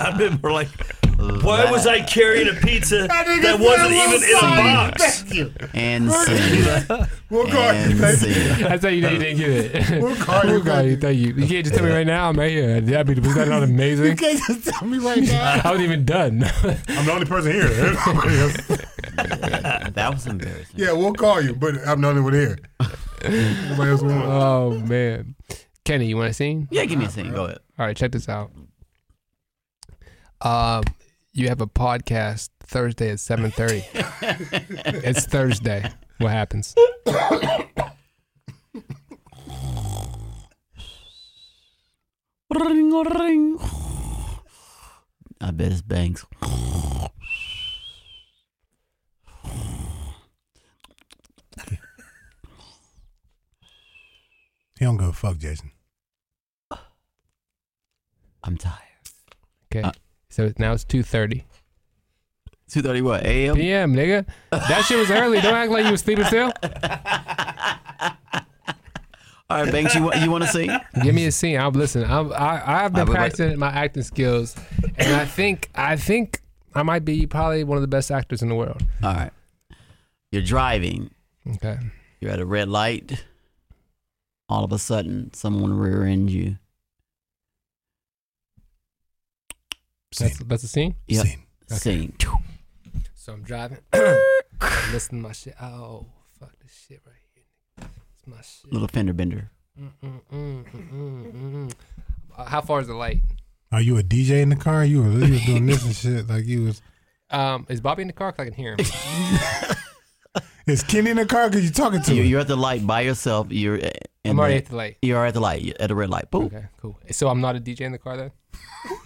I've been more like, why was I carrying a pizza that wasn't even in a box?
Thank you.
And see.
We'll call you.
and see.
That's how you know you didn't get it.
We'll call you.
We'll call you. Thank you. You can't just tell me right now. I'm right here. That'd be was that not
You
amazing?
can't just tell me right now.
I wasn't even done.
I'm the only person here. Everybody else-
That was embarrassing.
yeah, we'll call you, but I'm the only one here. Nobody else wants.
oh man, Kenny, you want a scene?
Yeah, give me a second. Go ahead.
All right, check this out. Um, you have a podcast Thursday at seven thirty. it's Thursday. What happens?
I bet it's bangs.
He don't give a fuck, Jason.
I'm tired.
Okay.
Uh.
so now it's two thirty
2.30 what? A.M.?
p.m. Nigga, that shit was early. Don't act like you was sleeping still.
All right, Banks, you, wa- you want to sing?
Give me a scene. I'm listen. I'm, I I've
I
been
would like-
practicing my acting skills, and I think I think I might be probably one of the best actors in the world.
All right. You're driving.
Okay.
You're at a red light. All of a sudden, someone rear ends you.
That's, that's a scene.
Yep.
Scene.
Sing.
So I'm driving. I'm listening to my shit. Oh, fuck this shit right here. It's my shit.
Little fender bender.
Mm, mm, mm, mm, mm. Uh, how far is the light?
Are you a DJ in the car? You was, you was doing this and shit like you was.
Um, is Bobby in the car? 'Cause I can hear him.
Is Kenny in the car? Cause you talking to
You,
him.
you're at the light by yourself. You're uh, in
I'm already
the-
at the light.
You're at the light. You're at a red light. Boop.
Okay, cool. So I'm not a DJ in the car then.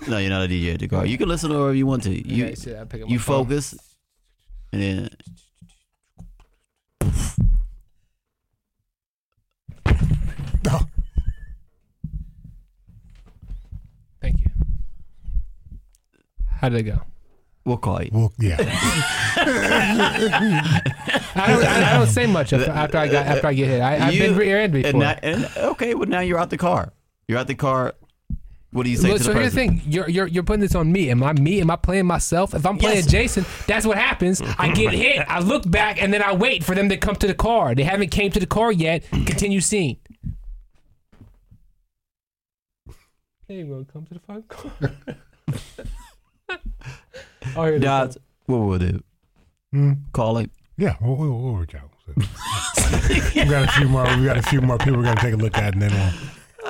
No, you're not a DJ at the car. You can listen to whatever you want to. You
Okay, shit, I pick up my
you
phone.
focus, and then
Thank you. How did it go?
we'll call you.
Well, yeah.
I don't, I, I don't say much after, after I got after I get hit. I, I've
You-
been rear-ended
And,
before.
now- and- okay, well now you're out the car. You're out the car. What do you say
Look,
to the
so
person?
here's the thing: you're, you're you're putting this on me. Am I me? Am I playing myself? If I'm playing
Yes.
Jason, that's what happens. I get hit. I look back, and then I wait for them to come to the car. They haven't came to the car yet. Continue scene. They ain't gonna come to the fucking car. oh, here they come.
That's what we'll do.
Mm.
Call it.
Yeah, we'll, we'll, we'll work out. we got a few more. We got a few more people we got to take a look at, and then we'll,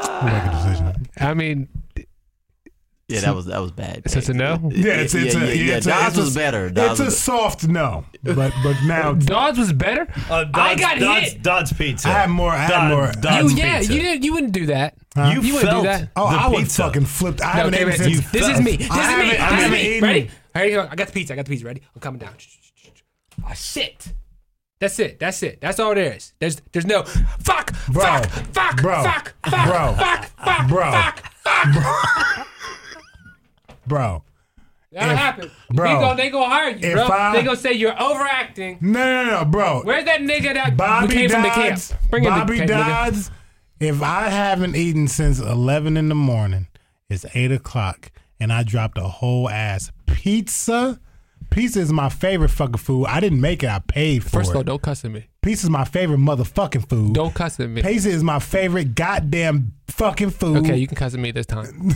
we'll make a decision.
I mean,
Yeah, that was that was bad.
so it's a no.
Yeah, it's it's
yeah,
a,
yeah,
it's a-
Dodge
it's a-
was better. Dodge
It's a
was-
soft no, but but now
Dodge was better.
Uh,
I got
Dodds,
hit.
Dodds pizza.
I had more. I had
Dodds-
more.
You,
Dodds
yeah,
pizza.
you didn't. You wouldn't do that.
Huh?
You,
You wouldn't do
felt
that.
oh,
the
I was
pizza.
fucking flipped. I
No,
haven't
okay,
eaten
wait,
since.
this is me. This
I
is me.
haven't- I
This is
haven't
me.
eaten.
Ready? Here you go. I got the pizza. I got the pizza. Ready? I'm coming down. Oh shit. That's it. That's it. That's all there is. There's there's no fuck,
Bro.
fuck, fuck,
Bro.
fuck, fuck,
Bro.
fuck, fuck,
Bro.
fuck, fuck.
bro.
That'll
If-
happen.
bro.
They gonna, they gonna hire you,
If
bro.
I-
they gonna say you're overacting.
No, no, no, bro.
Where's that nigga that
Bobby
came from the camp?
Dodds.
Bring
Bobby
in the camp, nigga.
Dodds. If I haven't eaten since eleven in the morning, it's eight o'clock, and I dropped a whole ass pizza. Pizza is my favorite fucking food. I didn't make it. I paid for it.
don't cuss at me.
pizza is my favorite motherfucking food.
cuss at me.
Pizza is my favorite goddamn fucking food.
can cuss at me this time.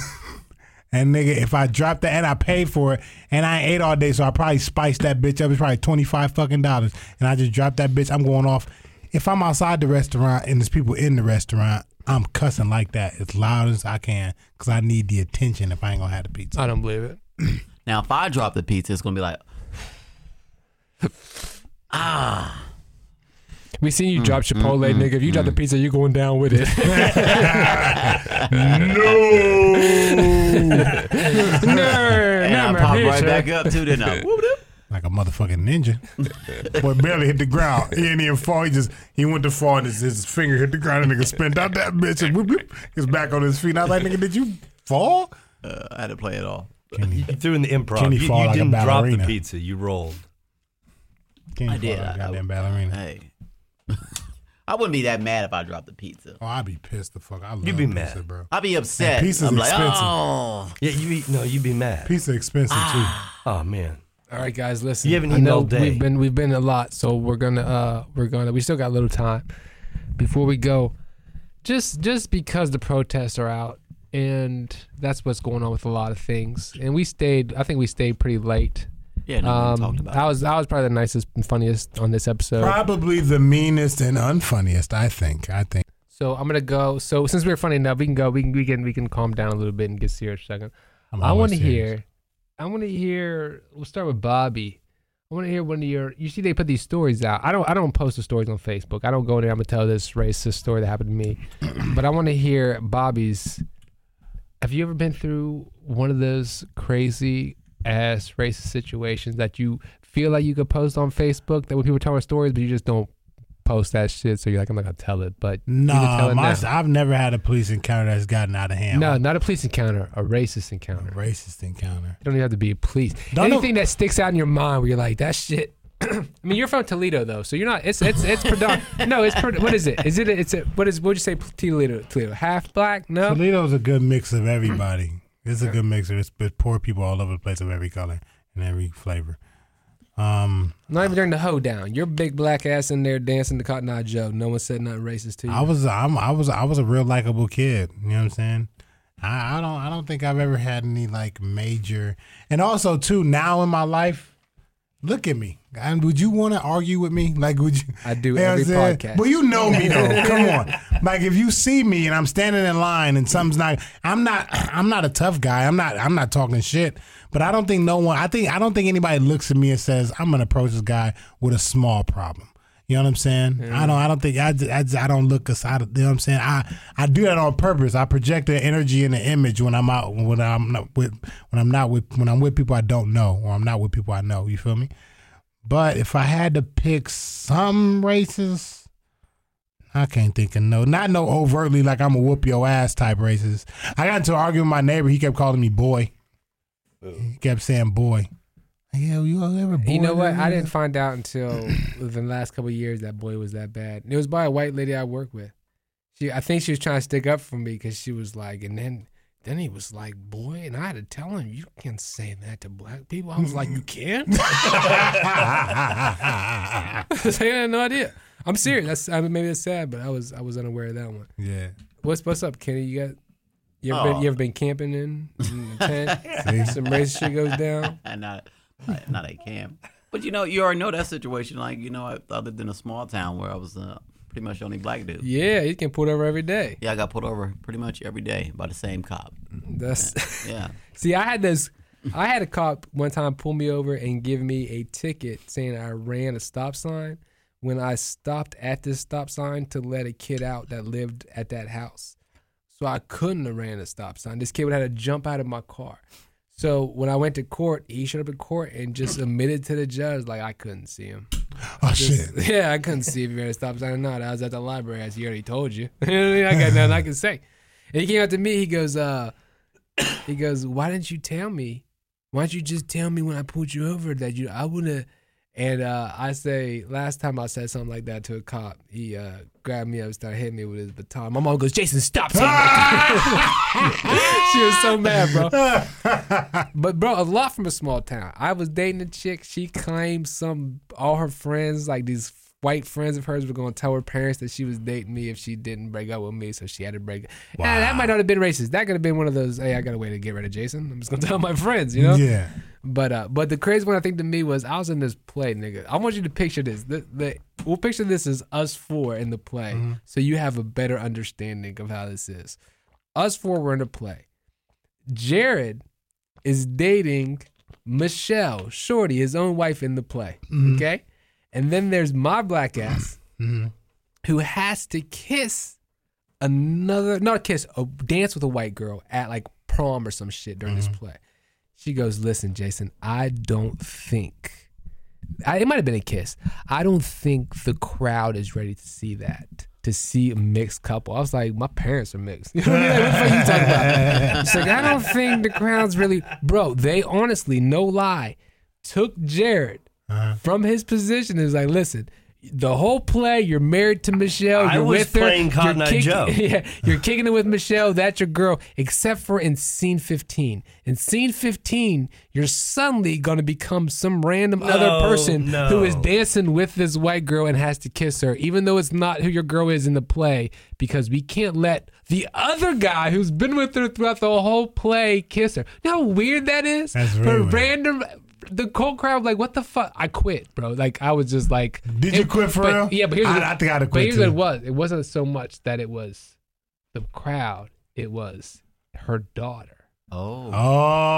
And nigga, if I dropped that and I paid for it and I ain't ate all day, so I probably spiced that bitch up. It's probably twenty five fucking dollars, and I just dropped that bitch. I'm going off. If I'm outside the restaurant and there's people in the restaurant, I'm cussing like that as loud as I can because I need the attention if I ain't gonna have the pizza.
I don't believe it.
Now, if I drop the pizza, it's gonna be like,
We seen you drop Chipotle, nigga. If you drop the pizza, you going down with it. no, no,
and I
my
pop
bitch,
right
huh?
back up too. Then I,
Like a motherfucking ninja. Boy barely hit the ground. He didn't even fall. He just he went to fall and his, his finger hit the ground and nigga spent out that bitch and whoop, whoop, he's back on his feet. And I was like, nigga, did you fall?
uh, I had to play it all.
Kenny,
You threw in the improv.
Kenny
you you
fall like a
didn't drop the
ballerina.
pizza. You rolled.
Kenny
I did.
fall like a
I-
goddamn ballerina.
Hey, I wouldn't be that mad if I dropped the pizza.
Oh, I'd be pissed the fuck. I love
You'd be
pizza,
mad.
bro.
I'd be upset.
And pizza's
I'm like,
expensive.
oh,
Yeah, you eat. No, you'd be mad.
Pizza expensive too.
Oh man.
All right, guys, listen.
You haven't
I
eaten
know
all day.
We've been we've been a lot, so we're gonna uh we're gonna we still got a little time before we go. Just just because the protests are out and that's what's going on with a lot of things, and we stayed. I think we stayed pretty late.
yeah. No, we talked about. it.
I was I was probably the nicest and funniest on this episode.
Probably the meanest and unfunniest, I think. I think.
So I'm gonna go. So since we're funny enough, we can go. We can we can we can calm down a little bit and get serious for a second.
I'm
I
always
want to
serious.
hear. I want to hear. We'll start with Bobby. I want to hear one of your. You see, they put these stories out. I don't. I don't post the stories on Facebook. I don't go there. I'm gonna tell this racist story that happened to me. but I want to hear Bobby's. Have you ever been through one of those crazy ass racist situations that you feel like you could post on Facebook? That when people tell our stories, but you just don't post that shit. So you're like, I'm not gonna tell it. But you can tell
No,
it
my,
now.
I've never had a police encounter that's gotten out of hand.
no, not a police encounter, a racist encounter.
racist encounter.
It don't even have to be police.
Don't
Anything that sticks out in your mind where you're like, that shit. I mean, you're from Toledo though, so you're not. It's it's it's predominant. no, it's pre- what is it? Is it? It's a, what is? Would you say Toledo? Toledo half black? No.
Toledo's a good mix of everybody. It's a good mix of it's, but poor people all over the place of every color and every flavor. Um,
Not even during the hoedown. Your big black ass in there dancing to Cotton Eye Joe. No one said nothing racist to you.
I was I'm, I was I was a real likable kid. You know what I'm saying? I, I don't I don't think I've ever had any like major. And also too now in my life, look at me. And would you want to argue with me? Like would you?
I do
You know what
every
I'm saying?
podcast.
Well, you know me though. Come on. Like if you see me and I'm standing in line and something's not, I'm not I'm not a tough guy. I'm not I'm not talking shit. But I don't think no one. I think I don't think anybody looks at me and says I'm gonna approach this guy with a small problem. You know what I'm saying? I don't. I don't think. I, just- I, just- I don't look aside. You know what I'm saying? I, I do that on purpose. I project the energy and the image when I'm out. When I'm not with. When I'm not with. When I'm with people I don't know, or I'm not with people I know. You feel me? But if I had to pick some racist, I can't think of no. Not no overtly like I'm a whoop your ass type racist. I got into an argument with my neighbor. He kept calling me boy. He kept saying boy. Yeah, you all ever boy?
you know what? I
nigga?
didn't find out until the last couple of years that boy was that bad. And it was by a white lady I worked with. She, I think she was trying to stick up for me because she was like, and then, then he was like, boy, and I had to tell him, you can't say that to black people. I was like, you can't. So I had no idea. I'm serious. That's I mean, maybe that's sad, but I was I was unaware of that one.
yeah.
What's what's up, Kenny? You got you ever,
Oh.
been, you ever been camping in, in the tent? Some racist shit goes down.
and not not at camp. But you know, you already know that situation. Like you know, I, I lived in a small town where I was uh, pretty much the only black dude. Yeah.
Yeah, you can pull over every day.
I got pulled over pretty much every day by the same cop.
That's.
Yeah,
See, I had this. I had a cop one time pull me over and give me a ticket saying I ran a stop sign when I stopped at this stop sign to let a kid out that lived at that house. So I couldn't have ran a stop sign. This kid would have had to jump out of my car. So when I went to court, he showed up in court and just admitted to the judge like I couldn't see him.
Oh shit.
Yeah, I couldn't see if you ran a stop sign or not. I was at the library, as he already told you. You know what I mean? I got nothing I can say. And he came up to me, he goes, uh, he goes, Why didn't you tell me? Why don't you just tell me when I pulled you over that you I wouldn't have-" and uh, I say last time I said something like that to a cop, he uh, grabbed me up and started hitting me with his baton. My mom goes, Jason, stop saying- She was so mad, bro. But bro, a lot from a small town. I was dating a chick. She claimed some all her friends, like these white friends of hers, were gonna tell her parents that she was dating me if she didn't break up with me. So she had to break. Wow. that might not have been racist. That could have been one of those. Hey, I got a way to get rid of Jason. I'm just gonna tell my friends. You know.
Yeah.
But uh, but the crazy one I think to me was I was in this play, nigga. I want you to picture this. The, the we'll picture this as us four in the play, so you have a better understanding of how this is. Us four were in a play. Jared is dating Michelle Shorty, his own wife, in the play. Okay, and then there's my black ass who has to kiss another, not kiss, a dance with a white girl at like prom or some shit during this play. She goes, "Listen, Jason, I don't think I, it might have been a kiss. I don't think the crowd is ready to see that." To see a mixed couple, I was like, "My parents are mixed." You know what I mean? Like, what the fuck you talking about? It's like, I don't think the crowd's really, bro. They honestly, no lie, took Jared
Uh-huh.
from his position. Is like, listen, the whole play, you're married to Michelle.
I
you're
was
with her,
playing Cotton
you're
Eye
kick-
Joe.
yeah, you're kicking it with Michelle. That's your girl. Except for in scene 15. In scene 15, you're suddenly going to become some random other person
no.
who is dancing with this white girl and has to kiss her, even though it's not who your girl is in the play, because we can't let the other guy who's been with her throughout the whole play kiss her. You know how weird that is?
That's
For
really weird.
random. The cold crowd, like, what the fuck? I quit, bro. Like, I was just like,
Did you quit for
but-
real?
Yeah, but here's
I-
what-
I think I'd have
But
quit
here's what
too.
it was. It wasn't so much that it was the crowd. It was her daughter.
Oh.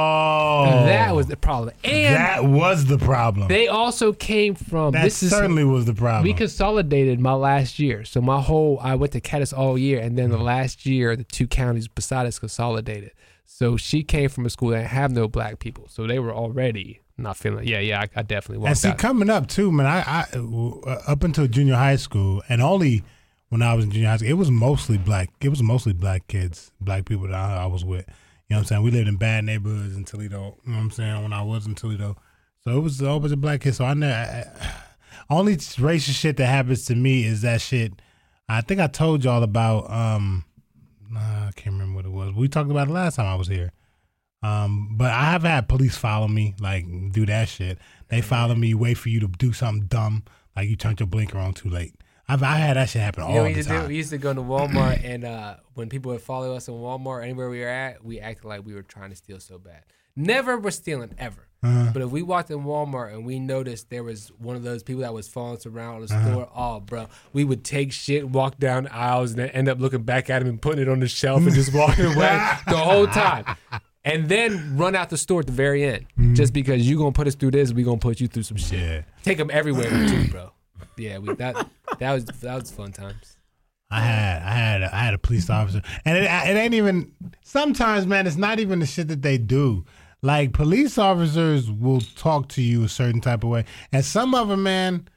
Oh,
That was the problem. And
that was the problem.
they also came from
that
this is
certainly was the problem.
we consolidated my last year. So my whole I went to Caddis all year, and
Mm.
then the last year the two counties beside us consolidated. So she came from a school that have no black people, so they were already not feeling. Yeah, yeah, I, I definitely
and
walked
see,
out.
coming up too, man. I, I uh, up until junior high school, and only when I was in junior high school, it was mostly black. It was mostly black kids, black people that I, I was with. You know what I'm saying? We lived in bad neighborhoods in Toledo. You know what I'm saying? When I was in Toledo, so it was a whole bunch of black kids. So I never. I, only racist shit that happens to me is that shit. I think I told y'all about. um nah, I can't remember what it was. We talked about it last time I was here. Um, but I have had police follow me, like do that shit. They follow me, wait for you to do something dumb, like you turned your blinker on too late. I've I had that shit happen all
You know, we,
the
used to do,
time.
we used to go to Walmart, and uh, when people would follow us in Walmart, anywhere we were at, we acted like we were trying to steal so bad. Never were stealing ever. But if we walked in Walmart and we noticed there was one of those people that was following us around the store, oh, bro, we would take shit, walk down aisles, and then end up looking back at him and putting it on the shelf and just walking away the whole time. And then run out the store at the very end, just because you gonna put us through this, we gonna put you through some shit.
Yeah.
Take them everywhere too, bro. Yeah, we, that that was that was fun times.
I had I had a, I had a police officer, and it it ain't even. Sometimes, man, it's not even the shit that they do. Like police officers will talk to you a certain type of way, and some of them, man,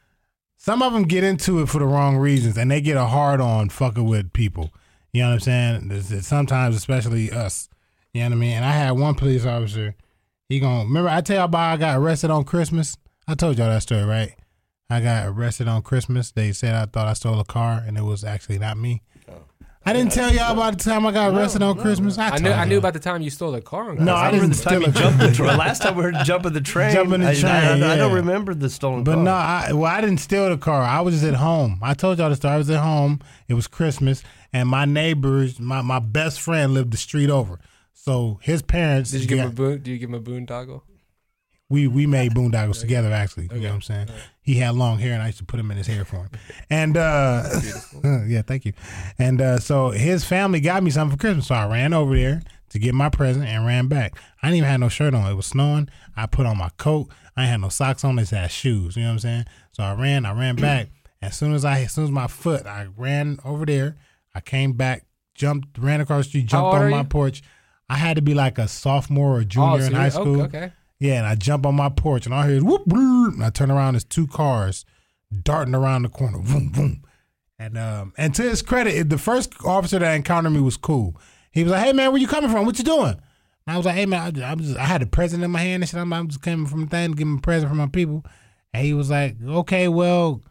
some of them get into it for the wrong reasons, and they get a hard on fucking with people. You know what I'm saying? This is- Sometimes, especially us. You know what I mean? And I had one police officer. He gonna remember I tell y'all about I got arrested on Christmas. I told y'all that story, right? I got arrested on Christmas. They said I thought I stole a car, and it was actually not me. I didn't tell y'all about the time I got arrested on Christmas. I,
I
told
knew I knew
y'all.
about the time you stole the car.
No, I,
I
didn't
remember the time
steal
you
a
jumped the train. Last time we heard jumping the train.
Jumping the
I- I- I,
train,
I don't
yeah.
remember the stolen
But
car.
no, I, well, I didn't steal the car. I was just at home. I told y'all the story. I was at home. It was Christmas, and my neighbors, my, my best friend lived the street over. So his parents.
Did you give
got-
him a boon? Do you give him a boondoggle?
we we made boondoggles together actually. You know what I'm saying? He had long hair and I used to put him in his hair for him. And uh yeah, thank you. And uh so his family got me something for Christmas. So I ran over there to get my present and ran back. I didn't even have no shirt on. It was snowing. I put on my coat. I ain't had no socks on. I just had shoes. You know what I'm saying? So I ran, I ran back. As soon as I as soon as my foot, I ran over there. I came back, jumped, ran across the street,
How
jumped
old are
on my
you? Oh,
porch. I had to be like a sophomore or junior
so
in
you-
high
okay,
school.
Oh, okay.
Yeah, and I jump on my porch and I hear whoop, whoop and I turn around, there's two cars darting around the corner, boom, boom. And um, and to his credit, it- the first officer that encountered me was cool. He was like, "Hey man, where you coming from? What you doing?" And I was like, "Hey man, I, I was just, I had a present in my hand and shit. I'm, I'm just coming from the thing, giving a present for my people." And he was like, "Okay, well,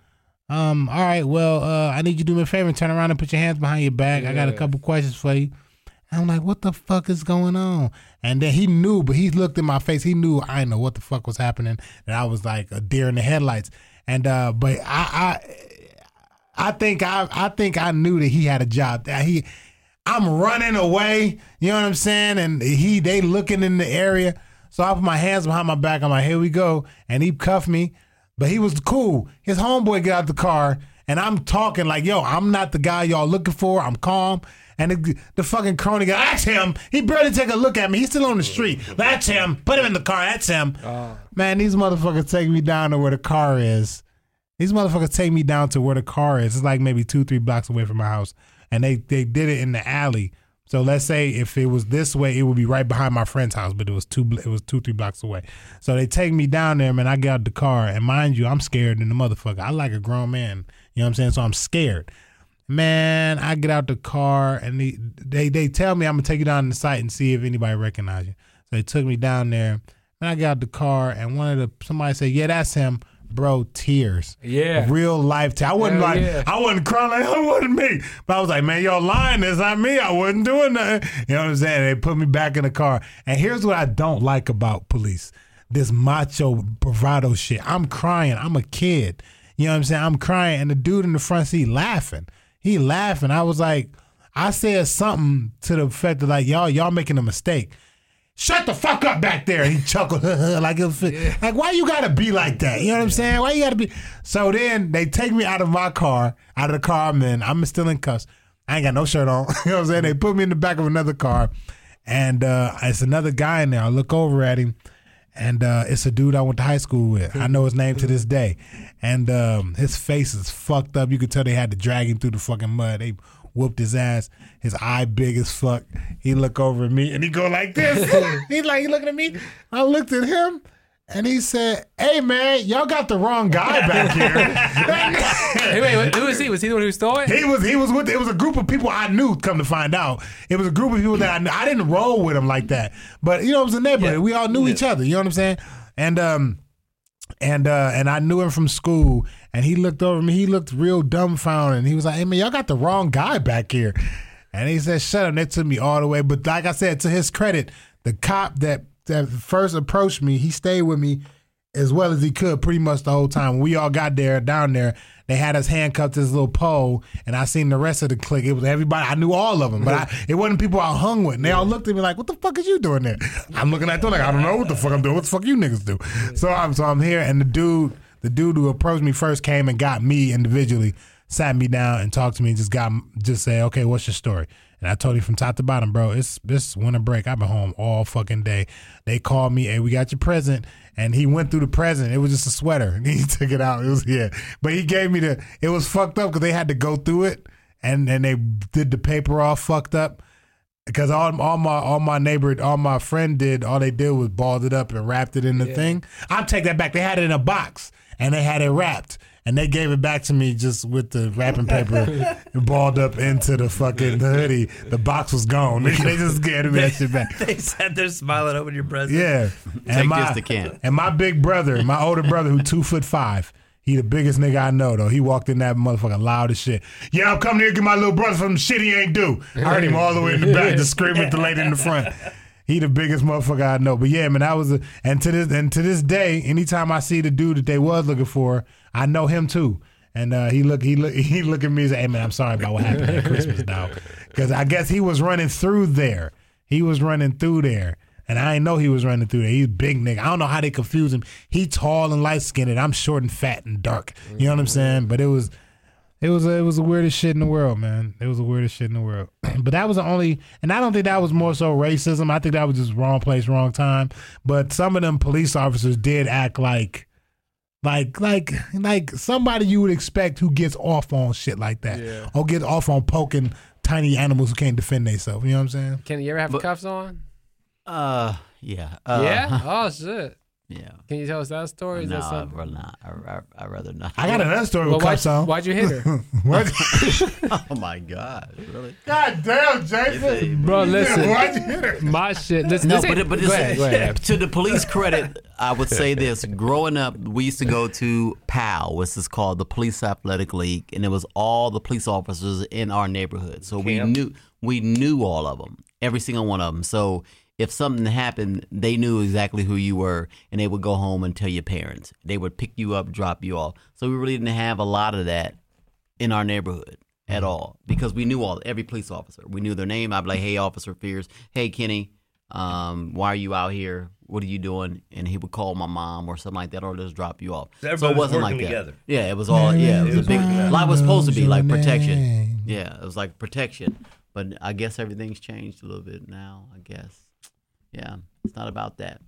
um, all right, well, uh, I need you to do me a favor and turn around and put your hands behind your back. I got a couple questions for you." And I'm like, what the fuck is going on? And then he knew, but he looked in my face. He knew I didn't know what the fuck was happening, and I was like a deer in the headlights. And uh, but I, I, I think I, I think I knew that he had a job. That he, I'm running away. You know what I'm saying? And he, they looking in the area. So I put my hands behind my back. I'm like, here we go. And he cuffed me, but he was cool. His homeboy got out the car, and I'm talking like, yo, I'm not the guy y'all looking for. I'm calm. And the, the fucking crony guy, that's him. He barely take a look at me. He's still on the street. That's him. Put him in the car. That's him. Man, these motherfuckers take me down to where the car is. These motherfuckers take me down to where the car is. It's like maybe two, three blocks away from my house. And they, they did it in the alley. So let's say if it was this way, it would be right behind my friend's house, but it was two bl- it was two, three blocks away. So they take me down there, man. I get out the car. And mind you, I'm scared than the motherfucker. I like a grown man. You know what I'm saying? So I'm scared. Man, I get out the car and they they, they tell me I'm gonna take you down to the site and see if anybody recognize you. So they took me down there. And I got out the car and one of the somebody said, Yeah, that's him. Bro, tears.
Yeah.
Real life tears. I wasn't
Hell
like
yeah.
I wasn't crying like that wasn't me. But I was like, man, y'all lying, that's not me. I wasn't doing nothing. You know what I'm saying? They put me back in the car. And here's what I don't like about police. This macho bravado shit. I'm crying. I'm a kid. You know what I'm saying? I'm crying. And the dude in the front seat laughing. He laughing. I was like, I said something to the effect of like, y'all, y'all making a mistake. Shut the fuck up back there. He chuckled like it was, like why you gotta be like that? You know what I'm saying? Why you gotta be? So then they take me out of my car, out of the car I'm in. I'm still in cuffs. I ain't got no shirt on. you know what I'm saying? They put me in the back of another car, and uh, it's another guy in there. I look over at him, and uh, it's a dude I went to high school with. I know his name to this day, and um, his face is fucked up. You could tell they had to drag him through the fucking mud. They whooped his ass. His eye big as fuck. He look over at me and he go like this. he like he looking at me. I looked at him. And he said, "Hey man, y'all got the wrong guy back here."
Hey, wait, wait, who was he? Was he the one who stole it?
He was he was with it was a group of people I knew. Come to find out, it was a group of people that I knew. I didn't roll with them like that, but you know it was a neighborhood. We all knew each other. You know what I'm saying? And um, and uh, and I knew him from school. And he looked over at me. He looked real dumbfounded. And he was like, "Hey man, y'all got the wrong guy back here." And he said, "Shut up." They took me all the way. But like I said, to his credit, the cop that that first approached me, he stayed with me as well as he could pretty much the whole time. When we all got there down there, they had us handcuffed to this little pole, and I seen the rest of the clique. It was everybody I knew all of them, but I, it wasn't people I hung with. And they all looked at me like, "What the fuck is you doing there?" I'm looking at them like, "I don't know what the fuck I'm doing. What the fuck you niggas do?" So I'm so I'm here, and the dude, the dude who approached me first came and got me individually, sat me down and talked to me, and just got just say, "Okay, what's your story?" And I told you from top to bottom, bro, it's this winter break. I've been home all fucking day. They called me, hey, we got your present. And he went through the present. It was just a sweater. He took it out. It was yeah. But he gave me the it was fucked up because they had to go through it and then they did the paper all fucked up. Because all, all my all my neighbor all my friend did all they did was balled it up and wrapped it in the thing. I take that back. They had it in a box and they had it wrapped and they gave it back to me just with the wrapping paper balled up into the fucking the hoodie. The box was gone. they just gave me that shit back.
They sat there smiling over your present.
Yeah. And
this to Kent.
And my big brother, my older brother, who two foot five. He the biggest nigga I know though. He walked in that motherfucker loud as shit. Yeah, I'm coming here to get my little brother from shit he ain't do. I heard him all the way in the back, just screaming at the lady in the front. He the biggest motherfucker I know. But yeah, man, I was a, and to this and to this day, anytime I see the dude that they was looking for, I know him too. And uh, he look he look he look at me and say, "Hey man, I'm sorry about what happened at Christmas, dog." Because I guess he was running through there. He was running through there. And I didn't know he was running through there. He's a big nigga. I don't know how they confuse him. He tall and light skinned. I'm short and fat and dark. You know what I'm saying? But it was it was it was the weirdest shit in the world, man. It was the weirdest shit in the world. but that was the only, and I don't think that was more so racism. I think that was just wrong place, wrong time. But some of them police officers did act like, like, like, like somebody you would expect who gets off on shit like that, or gets off on poking tiny animals who can't defend themselves. You know what I'm saying?
Can you ever have cuffs on?
Uh, yeah. Uh,
yeah. Oh shit.
Yeah.
Can you tell us that story? Is
No,
that
I'd
something?
rather not. I, I, I'd rather not.
I got another story
Well,
with cuffs
why'd,
on.
why'd you hit her,
What?
Oh my God! Really?
God damn, Jason.
bro? Listen,
Why'd you hit her?
my shit. Listen,
No,
this ain't-
but but
go ahead, go ahead.
this, to the police credit, I would say this: growing up, we used to go to PAL, which is called the Police Athletic League, and it was all the police officers in our neighborhood. So we knew we knew all of them, every single one of them. So if something happened, they knew exactly who you were, and they would go home and tell your parents. They would pick you up, drop you off. So we really didn't have a lot of that in our neighborhood at all because we knew all every police officer. We knew their name. I'd be like, "Hey, Officer Fears. Hey, Kenny. Um, why are you out here? What are you doing? And he would call my mom or something like that, or just drop you off. so
everybody
it
was
wasn't
working
like that.
together.
Yeah, it was all. Yeah, it was, a big.
working
Like it was supposed to be like
Your
protection.
name.
Yeah, it was like protection. But I guess everything's changed a little bit now. I guess. Yeah, it's not about that.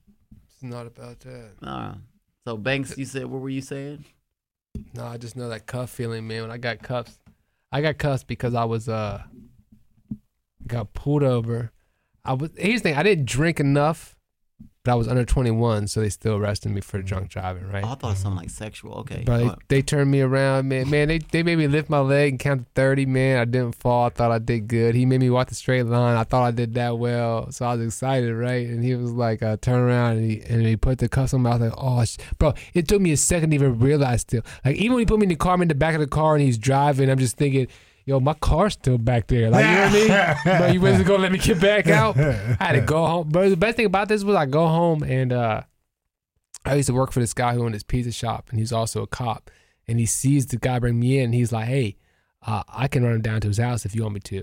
It's not about that.
Uh, so Banks, you said what were you saying?
No, I just know that cuff feeling, man. When I got cuffs, I got cuffs because I was uh got pulled over. I was here's the thing. I didn't drink enough, but I was under 21, so they still arrested me for drunk driving, right?
Oh, I thought it sounded like sexual. Okay.
Bro, they,
But-
they turned me around, man. Man, they, they made me lift my leg and count to 30, man. I didn't fall. I thought I did good. He made me walk the straight line. I thought I did that well. So I was excited, right? And he was like, uh, turn around and he, and he put the cuffs on me. I was like, oh, sh-. bro, it took me a second to even realize still. Like, even when he put me in the car, I'm in the back of the car and he's driving, I'm just thinking, yo, my car's still back there. Like, you know what I mean? bro, you wasn't gonna let me get back out. I had to go home. But the best thing about this was I go home and uh I used to work for this guy who owned his pizza shop and he's also a cop. And he sees the guy bring me in and he's like, Hey, uh, I can run him down to his house if you want me to.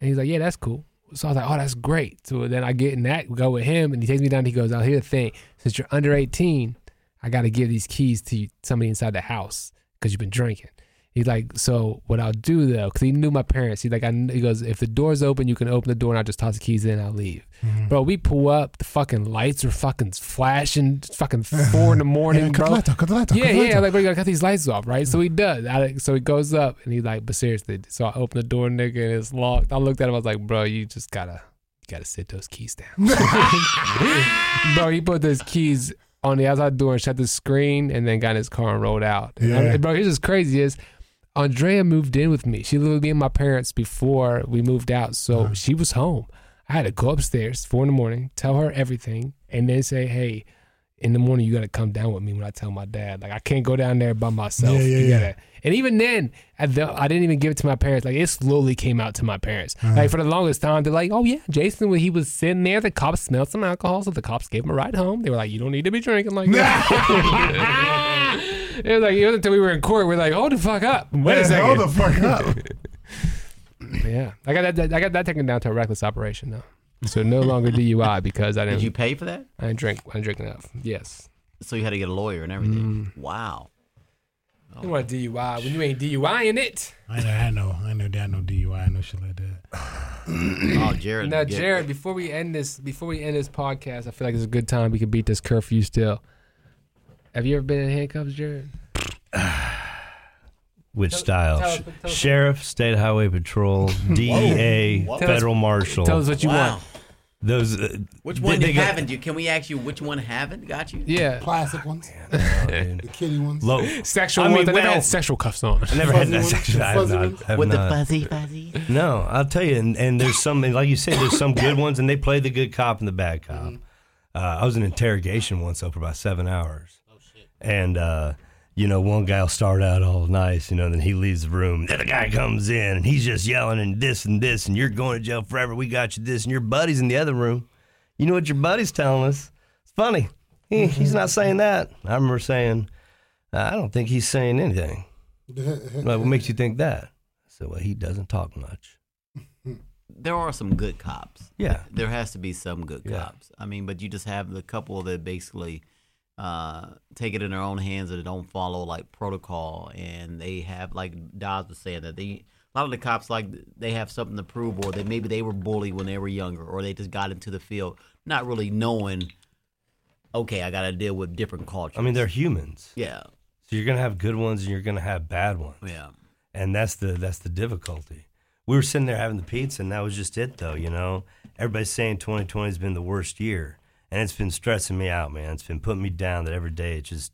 And he's like, Yeah, that's cool. So I was like, Oh, that's great. So then I get in that, go with him, and he takes me down. He goes, Now here's the thing. Since you're under 18, I gotta give these keys to somebody inside the house because you've been drinking. He's like, so what I'll do though, because he knew my parents. He's like, I, kn- he goes, if the door's open, you can open the door and I'll just toss the keys in and I'll leave. Bro, we pull up, the fucking lights are fucking flashing, it's fucking four in the morning,
Yeah, cut
bro.
the light off, cut the light off,
yeah,
cut the light
yeah,
off.
like, bro, you gotta cut these lights off, right? So he does. I, like- so he goes up and he's like, but seriously, so I open the door, nigga, and it's locked. I looked at him, I was like, bro, you just gotta, you gotta sit those keys down. bro, he put those keys on the outside door and shut the screen and then got in his car and rolled out. And I-
Yeah.
bro, here's what's crazy is Andrea moved in with me. She lived with me and my parents before we moved out. So she was home. I had to go upstairs four in the morning, tell her everything, and then say, Hey, in the morning you gotta come down with me when I tell my dad. Like I can't go down there by myself.
Yeah, yeah,
you
yeah.
gotta and even then, at the, I didn't even give it to my parents. Like it slowly came out to my parents. Like for the longest time, they're like, "Oh yeah, Jason, when he was sitting there, the cops smelled some alcohol, so the cops gave him a ride home." They were like, "You don't need to be drinking like that." it was like it was until we were in court. We're like, "Hold the fuck up! Wait a
Hold the
second.
fuck up.
Yeah, I got that, that- I got that taken down to a reckless operation now. So no longer DUI because I
Did
didn't.
you pay for that?
I didn't drink. I didn't drink enough. Yes.
So you had to get a lawyer and everything. Wow.
You want a DUI when you ain't DUI in it?
I ain't never had no, I ain't never had no DUI, no shit like that.
Oh, Jared.
Now,
get-
Jared, before we end this, before we end this podcast, I feel like it's a good time we could beat this curfew still. Have you ever been in handcuffs, Jared?
Which style?
tell us-
Sh-
tell us-
Sheriff, State Highway Patrol, DEA, Federal Marshal.
Tell us what you
Wow.
want.
Those. Uh,
Which
they-
one
they
you
got-
haven't? You can we ask you which one haven't got you?
Yeah,
Classic ones, the kitty ones.
Low.
sexual
I mean,
ones. I never
well-
had sexual cuffs on.
I never had
Fuzzy
that
ones?
section. I have
Fuzzy
not.
ones?
I have
With the
not.
fuzzy fuzzy.
No, I'll tell you, and, and there's some, and like you said, there's some good ones, and they play the good cop and the bad cop. Uh, I was in interrogation once over about seven hours. Oh, shit. And, uh, you know, one guy will start out all nice, you know, then he leaves the room. The other guy comes in, and he's just yelling and this and this, and you're going to jail forever. We got you this, and your buddy's in the other room. You know what your buddy's telling us? It's funny. He, He's not saying that. I remember saying, I don't think he's saying anything. like, what makes you think that? I said, well, uh, he doesn't talk much.
There are some good cops.
Yeah.
There has to be some good
Yeah.
cops. I mean, but you just have the couple that basically uh, take it in their own hands and don't follow like protocol, and they have like Dodds was saying that they. A lot of the cops like they have something to prove, or that maybe they were bullied when they were younger, or they just got into the field not really knowing. Okay, I got to deal with different cultures.
I mean, they're humans.
yeah,
So you're gonna have good ones and you're gonna have bad ones,
yeah.
and that's the that's the difficulty. We were sitting there having the pizza, and that was just it, though. You know, everybody's saying 2020 has been the worst year, and it's been stressing me out, man. It's been putting me down that every day it's just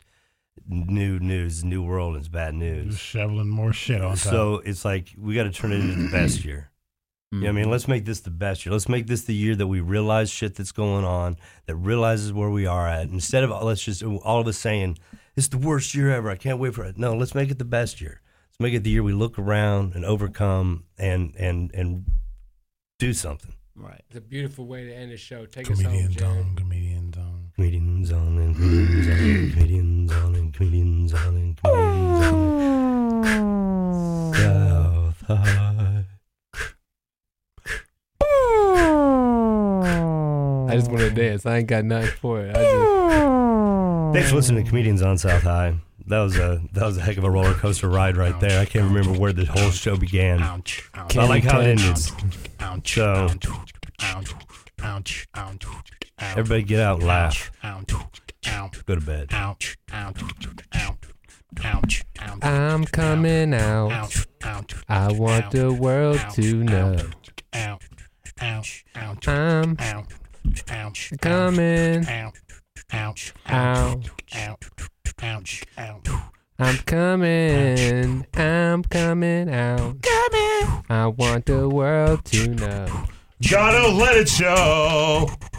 new news, new world, and it's bad news.
Just shoveling more shit on top.
So it's like we got to turn it into the best year. You know what I mean? Let's make this the best year. Let's make this the year that we realize shit that's going on, that realizes where we are at. Instead of let's just all of us saying, it's the worst year ever. I can't wait for it. No, let's make it the best year. Let's make it the year we look around and overcome and and and do something.
Mm-hmm. Right.
It's a beautiful way to end the show. Take us home,
comedians
Jared.
on, comedians on.
Comedians on and comedians on and comedians on and comedians on and comedians on. South High.
I I just want to dance. I ain't got nothing for it. I just,
Thanks for listening to Comedians on South High. That was a that was a heck of a roller coaster ride right there. I can't remember where the whole show began.
Ouch. Ouch.
I like how it ended.
Ouch.
So-
Ouch. Ouch. Ouch. Ouch.
Everybody get out and laugh.
Ouch. Ouch.
Go to bed.
Ouch. Ouch. Ouch. Ouch. Ouch.
I'm coming out.
Ouch. Ouch.
I want the world to know.
Ouch. Ouch. Ouch.
I'm
Ouch. Ouch.
coming
Ouch. Ouch.
out.
Ouch. Ouch. Ouch.
I'm coming. I'm coming out. I want the world to know.
Gotta let it show.